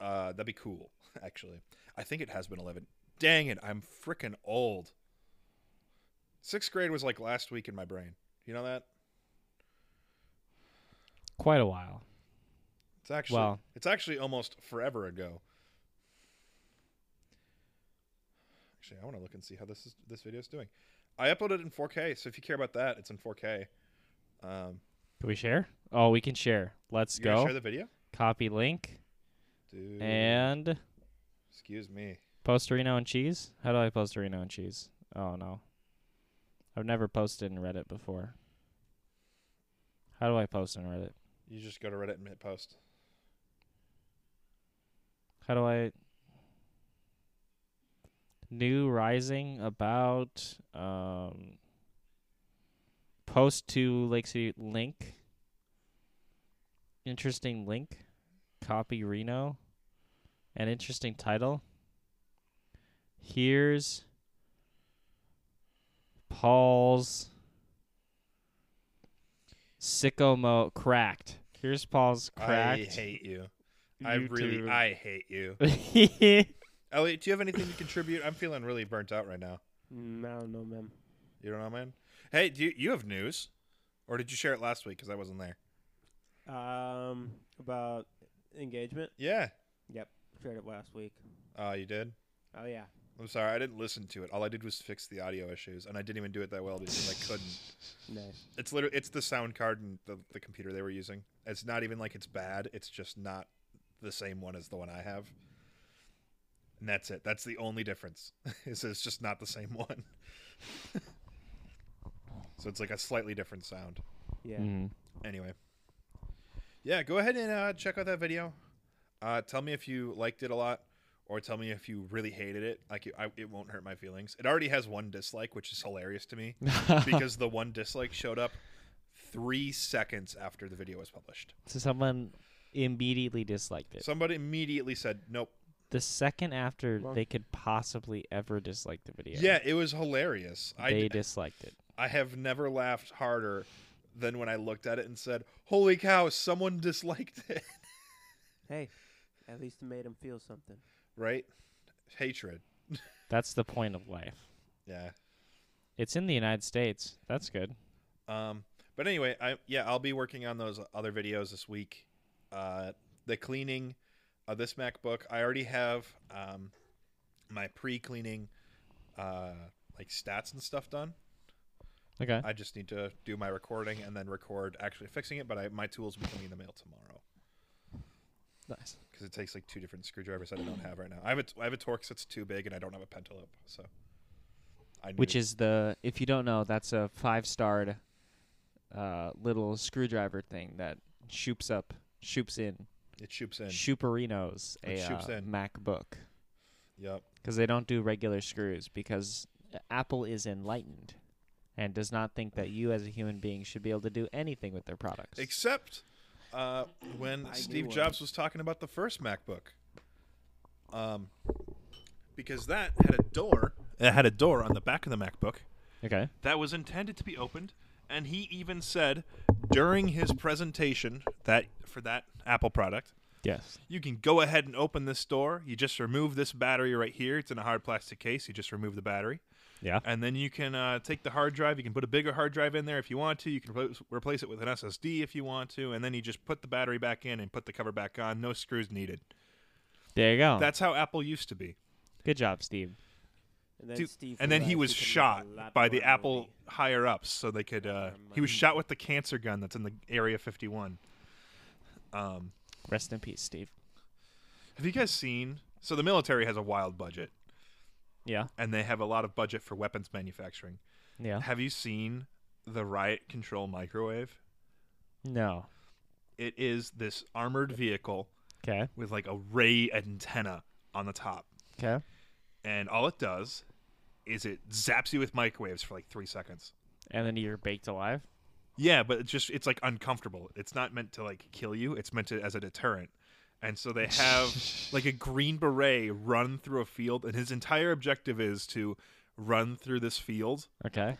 [SPEAKER 1] uh, that'd be cool, *laughs* actually. I think it has been 11. Dang it, I'm freaking old. Sixth grade was like last week in my brain. You know that?
[SPEAKER 2] quite a while.
[SPEAKER 1] It's actually
[SPEAKER 2] Wow.
[SPEAKER 1] it's actually almost forever ago. Actually, I want to look and see how this is this video is doing. I uploaded it in 4K, so if you care about that, it's in 4K. Um,
[SPEAKER 2] Can we share? Oh, we can share. Let's
[SPEAKER 1] you gonna
[SPEAKER 2] go.
[SPEAKER 1] share the video?
[SPEAKER 2] Copy link
[SPEAKER 1] Dude,
[SPEAKER 2] and
[SPEAKER 1] excuse me.
[SPEAKER 2] Postorino and cheese. How do I Postorino and cheese? Oh no, I've never posted in Reddit before. How do I post in Reddit?
[SPEAKER 1] You just go to Reddit and hit post.
[SPEAKER 2] How do I? New rising about um. Post to Lake City link. Interesting link, copy Reno, an interesting title. Here's Paul's sicko mo cracked. Here's Paul's cracked.
[SPEAKER 1] I hate you. I
[SPEAKER 2] YouTube.
[SPEAKER 1] really I hate you.
[SPEAKER 2] *laughs*
[SPEAKER 1] Elliot, do you have anything to contribute? I'm feeling really burnt out right now.
[SPEAKER 3] Mm, I don't know, man.
[SPEAKER 1] You don't know, man. Hey, do you, you have news, or did you share it last week? Because I wasn't there.
[SPEAKER 3] Um, about engagement.
[SPEAKER 1] Yeah.
[SPEAKER 3] Yep, shared it last week.
[SPEAKER 1] Oh, you did.
[SPEAKER 3] Oh yeah,
[SPEAKER 1] I'm sorry, I didn't listen to it. All I did was fix the audio issues, and I didn't even do it that well because I couldn't.
[SPEAKER 3] nice.
[SPEAKER 1] It's literally it's the sound card and the, the computer they were using. It's not even like it's bad. It's just not the same one as the one I have. And that's it. That's the only difference. *laughs* is it's just not the same *laughs* one. so it's like a slightly different sound.
[SPEAKER 3] Yeah.
[SPEAKER 2] Mm.
[SPEAKER 1] Anyway. Yeah, go ahead and uh, check out that video. Uh, tell me if you liked it a lot, or tell me if you really hated it. Like, it, I, it won't hurt my feelings. It already has one dislike, which is hilarious to me because the one dislike showed up three seconds after the video was published.
[SPEAKER 2] So someone immediately disliked it.
[SPEAKER 1] Somebody immediately said, "Nope."
[SPEAKER 2] the second after they could possibly ever dislike the video.
[SPEAKER 1] Yeah, it was hilarious.
[SPEAKER 2] They
[SPEAKER 1] I
[SPEAKER 2] disliked it.
[SPEAKER 1] I have never laughed harder than when I looked at it and said, "Holy cow! Someone disliked it." *laughs*
[SPEAKER 3] Hey, at least it made him feel something.
[SPEAKER 1] right? Hatred.
[SPEAKER 2] That's the point of life.
[SPEAKER 1] Yeah.
[SPEAKER 2] It's in the United States. That's good.
[SPEAKER 1] Um, but anyway, I yeah, I'll be working on those other videos this week. Uh, the cleaning of this MacBook, I already have um, my pre-cleaning uh, like stats and stuff done.
[SPEAKER 2] Okay.
[SPEAKER 1] I just need to do my recording and then record actually fixing it. But I, my tools will be coming in the mail tomorrow
[SPEAKER 2] nice.
[SPEAKER 1] because it takes like two different screwdrivers that I don't have right now. I have a I have a Torx that's too big and I don't have a Pentalope, so I need
[SPEAKER 9] Which
[SPEAKER 1] to-
[SPEAKER 9] is the, if you don't know, that's a five starred uh, little screwdriver thing that shoops up, shoops in,
[SPEAKER 1] it shoops in.
[SPEAKER 9] shooperinos a
[SPEAKER 1] It shoops
[SPEAKER 9] uh,
[SPEAKER 1] in.
[SPEAKER 9] MacBook.
[SPEAKER 1] Yep.
[SPEAKER 9] Because they don't do regular screws because uh, Apple is enlightened and does not think that you as a human being should be able to do anything with their products.
[SPEAKER 1] Except uh, when Steve Jobs was talking about the first MacBook. Um, because that had a door. It had a door on the back of the MacBook
[SPEAKER 2] Okay.
[SPEAKER 1] that was intended to be opened, and he even said during his presentation that for that Apple product,
[SPEAKER 2] Yes.
[SPEAKER 1] you can go ahead and open this door. You just remove this battery right here. It's in a hard plastic case. You just remove the battery.
[SPEAKER 2] Yeah.
[SPEAKER 1] And then you can uh, take the hard drive. You can put a bigger hard drive in there if you want to. You can replace, replace it with an SSD if you want to. And then you just put the battery back in and put the cover back on. No screws needed.
[SPEAKER 2] There you go.
[SPEAKER 1] That's how Apple used to be.
[SPEAKER 2] good job, Steve.
[SPEAKER 3] And then
[SPEAKER 1] Dude,
[SPEAKER 3] Steve.
[SPEAKER 1] and then he
[SPEAKER 3] realized
[SPEAKER 1] was
[SPEAKER 3] could make a
[SPEAKER 1] shot
[SPEAKER 3] lot
[SPEAKER 1] by the
[SPEAKER 3] more
[SPEAKER 1] Apple
[SPEAKER 3] money.
[SPEAKER 1] higher ups, so they could. Uh, he was shot with the cancer gun that's in the Area 51. Um,
[SPEAKER 2] Rest in peace, Steve.
[SPEAKER 1] have you guys seen? So the military has a wild budget,
[SPEAKER 2] Yeah.
[SPEAKER 1] and they have a lot of budget for weapons manufacturing.
[SPEAKER 2] Yeah.
[SPEAKER 1] Have you seen the riot control microwave?
[SPEAKER 2] No.
[SPEAKER 1] It is this armored vehicle
[SPEAKER 2] Okay.
[SPEAKER 1] with like a ray antenna on the top.
[SPEAKER 2] Okay.
[SPEAKER 1] And all it does is it zaps you with microwaves for like three seconds.
[SPEAKER 2] And then you're baked alive.
[SPEAKER 1] Yeah, but it's just it's like uncomfortable. It's not meant to like kill you. It's meant to as a deterrent. And so they have like a green beret run through a field, and his entire objective is to run through this field.
[SPEAKER 9] *laughs*
[SPEAKER 2] Okay.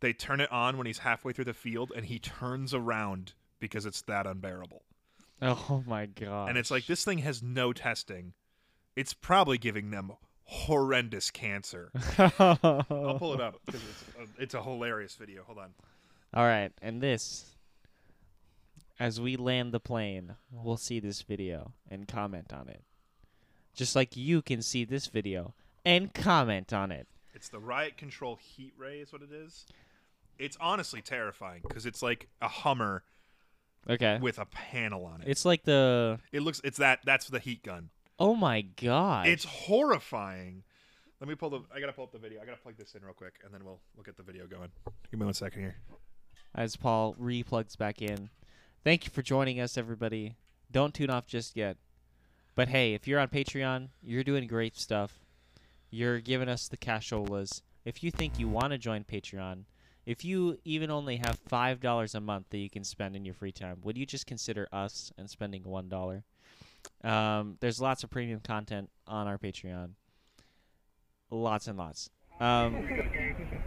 [SPEAKER 1] They turn it on when he's halfway through the field, and he turns around because it's that unbearable.
[SPEAKER 2] Oh my god.
[SPEAKER 1] and it's
[SPEAKER 2] *laughs*
[SPEAKER 1] like this thing has no testing. It's probably giving them
[SPEAKER 10] *laughs*
[SPEAKER 1] horrendous cancer. I'll pull it up because it's a, it's a hilarious video. Hold on.
[SPEAKER 2] All right, and this As we land the plane, we'll see this video and comment on it. Just like you can see this video and comment on it.
[SPEAKER 1] It's the riot control heat ray, is what it is. It's honestly terrifying because it's like a Hummer
[SPEAKER 10] Okay.
[SPEAKER 1] with a panel on it.
[SPEAKER 10] It's like the
[SPEAKER 1] It looks. It's that. That's the heat gun.
[SPEAKER 2] Oh my god.
[SPEAKER 1] It's horrifying. Let me pull the. I gotta pull up the video. I gotta plug this in real quick, and then we'll we'll get the video going. Give me one second here.
[SPEAKER 2] as Paul replugs back in. Thank you for joining us, everybody. Don't tune off just yet. But hey, if you're on Patreon, you're doing great stuff. You're giving us the casholas. If you think you want to join Patreon, if you even only have five dollars a month that you can spend in your free time, would you just consider us and spending one dollar? Um, there's lots of premium content on our Patreon. Lots and lots. Um,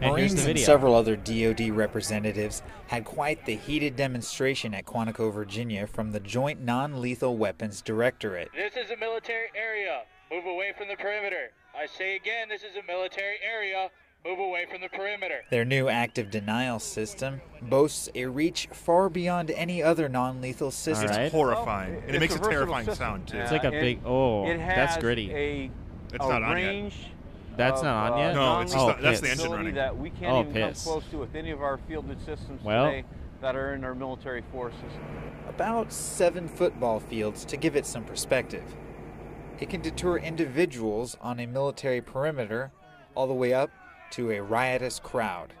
[SPEAKER 2] and here's the
[SPEAKER 11] Marines and
[SPEAKER 2] video.
[SPEAKER 11] several other DoD representatives had quite the heated demonstration at Quantico, Virginia, from the Joint Non-Lethal Weapons Directorate.
[SPEAKER 12] This is a military area. Move away from the perimeter. I say again, this is a military area. Move away from the perimeter.
[SPEAKER 11] Their new active denial system boasts a reach far beyond any other non-lethal system.
[SPEAKER 1] It's
[SPEAKER 10] Alright.
[SPEAKER 1] horrifying, and
[SPEAKER 12] It's
[SPEAKER 1] it makes
[SPEAKER 12] a
[SPEAKER 1] a
[SPEAKER 12] versatile
[SPEAKER 1] terrifying
[SPEAKER 12] system.
[SPEAKER 1] sound too.
[SPEAKER 10] It's like a
[SPEAKER 12] it-
[SPEAKER 10] big. Oh,
[SPEAKER 12] It has
[SPEAKER 10] that's gritty.
[SPEAKER 12] A,
[SPEAKER 1] It's
[SPEAKER 12] a
[SPEAKER 1] not on yet.
[SPEAKER 12] range
[SPEAKER 10] That's
[SPEAKER 12] of,
[SPEAKER 10] not on
[SPEAKER 12] uh,
[SPEAKER 10] yet?
[SPEAKER 1] No, it's just
[SPEAKER 10] Oh,
[SPEAKER 1] not- that's the
[SPEAKER 10] piss.
[SPEAKER 1] engine
[SPEAKER 12] ability
[SPEAKER 1] running.
[SPEAKER 12] That we can't
[SPEAKER 10] Oh,
[SPEAKER 12] even
[SPEAKER 10] piss.
[SPEAKER 12] come close to with any of our fielded systems
[SPEAKER 10] Well.
[SPEAKER 12] today that are in our military forces.
[SPEAKER 11] about seven football fields to give it some perspective. It can deter individuals on a military perimeter all the way up to a riotous crowd.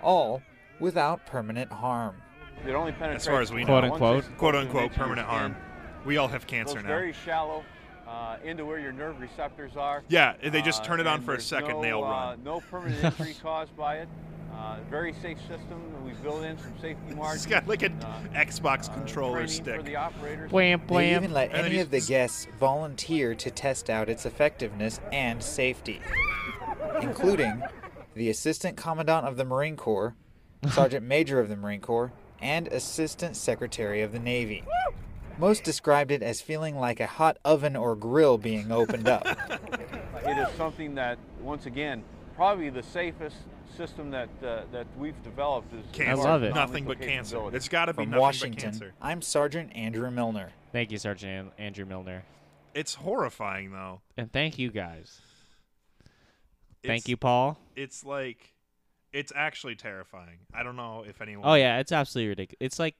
[SPEAKER 11] All without permanent harm.
[SPEAKER 12] It only penetrates
[SPEAKER 1] far as we
[SPEAKER 10] Quote
[SPEAKER 12] once
[SPEAKER 10] unquote.
[SPEAKER 12] it's
[SPEAKER 1] quote
[SPEAKER 12] close to
[SPEAKER 1] unquote
[SPEAKER 12] reaching your
[SPEAKER 1] permanent
[SPEAKER 12] skin.
[SPEAKER 1] harm. We all have cancer
[SPEAKER 12] goes
[SPEAKER 1] now.
[SPEAKER 12] very shallow uh, into where your nerve receptors are.
[SPEAKER 1] Yeah, they just turn it
[SPEAKER 12] and
[SPEAKER 1] on for a
[SPEAKER 12] there's
[SPEAKER 1] second,
[SPEAKER 12] no,
[SPEAKER 1] and they'll
[SPEAKER 12] uh,
[SPEAKER 1] run.
[SPEAKER 12] no
[SPEAKER 1] *laughs*
[SPEAKER 12] permanent injury caused by it. Uh, very safe system. We built in some safety margins.
[SPEAKER 1] It's got like an
[SPEAKER 12] uh,
[SPEAKER 1] Xbox
[SPEAKER 12] uh,
[SPEAKER 1] controller
[SPEAKER 12] training For the
[SPEAKER 1] stick.
[SPEAKER 12] operators.
[SPEAKER 10] Blam
[SPEAKER 11] They even
[SPEAKER 10] blam.
[SPEAKER 11] let
[SPEAKER 1] And then
[SPEAKER 11] any
[SPEAKER 1] you
[SPEAKER 11] of the
[SPEAKER 1] s-
[SPEAKER 11] guests volunteer to test out its effectiveness and safety, including the Assistant Commandant of the Marine Corps, Sergeant Major of the Marine Corps, and Assistant Secretary of the Navy. Most described it as feeling like a hot oven or grill being opened
[SPEAKER 1] *laughs*
[SPEAKER 11] up.
[SPEAKER 12] It is something that, once again, probably the safest system that uh, that we've developed is. as
[SPEAKER 1] Cancer.
[SPEAKER 12] far as
[SPEAKER 10] love it.
[SPEAKER 1] Nothing but
[SPEAKER 12] non-lethal
[SPEAKER 1] cancer.
[SPEAKER 12] capability.
[SPEAKER 1] It's got to be
[SPEAKER 11] From
[SPEAKER 1] nothing but
[SPEAKER 11] Washington,
[SPEAKER 1] cancer.
[SPEAKER 11] I'm Sergeant Andrew Milner.
[SPEAKER 10] Thank you, Sergeant An- Andrew Milner,
[SPEAKER 1] It's horrifying though.
[SPEAKER 10] and thank you guys.
[SPEAKER 1] It's-
[SPEAKER 10] Thank you, Paul.
[SPEAKER 1] It's like, it's actually terrifying. I don't know if anyone.
[SPEAKER 10] Oh yeah, it's absolutely ridiculous. It's like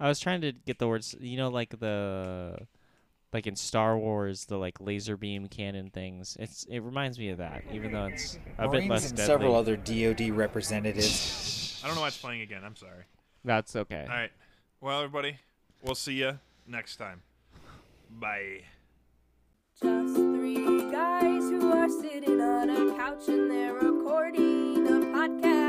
[SPEAKER 10] I was trying to get the words, you know, like the like in Star Wars, the like laser beam cannon things. It's it reminds me of that, even though it's a bit
[SPEAKER 11] Marines
[SPEAKER 10] less
[SPEAKER 11] and
[SPEAKER 10] deadly.
[SPEAKER 11] several other DoD representatives
[SPEAKER 1] I don't know why it's playing again. I'm sorry.
[SPEAKER 10] That's okay.
[SPEAKER 1] All right. Well, everybody, we'll see you next time. Bye.
[SPEAKER 13] Just three guys who are sitting on a couch and they're recording a podcast.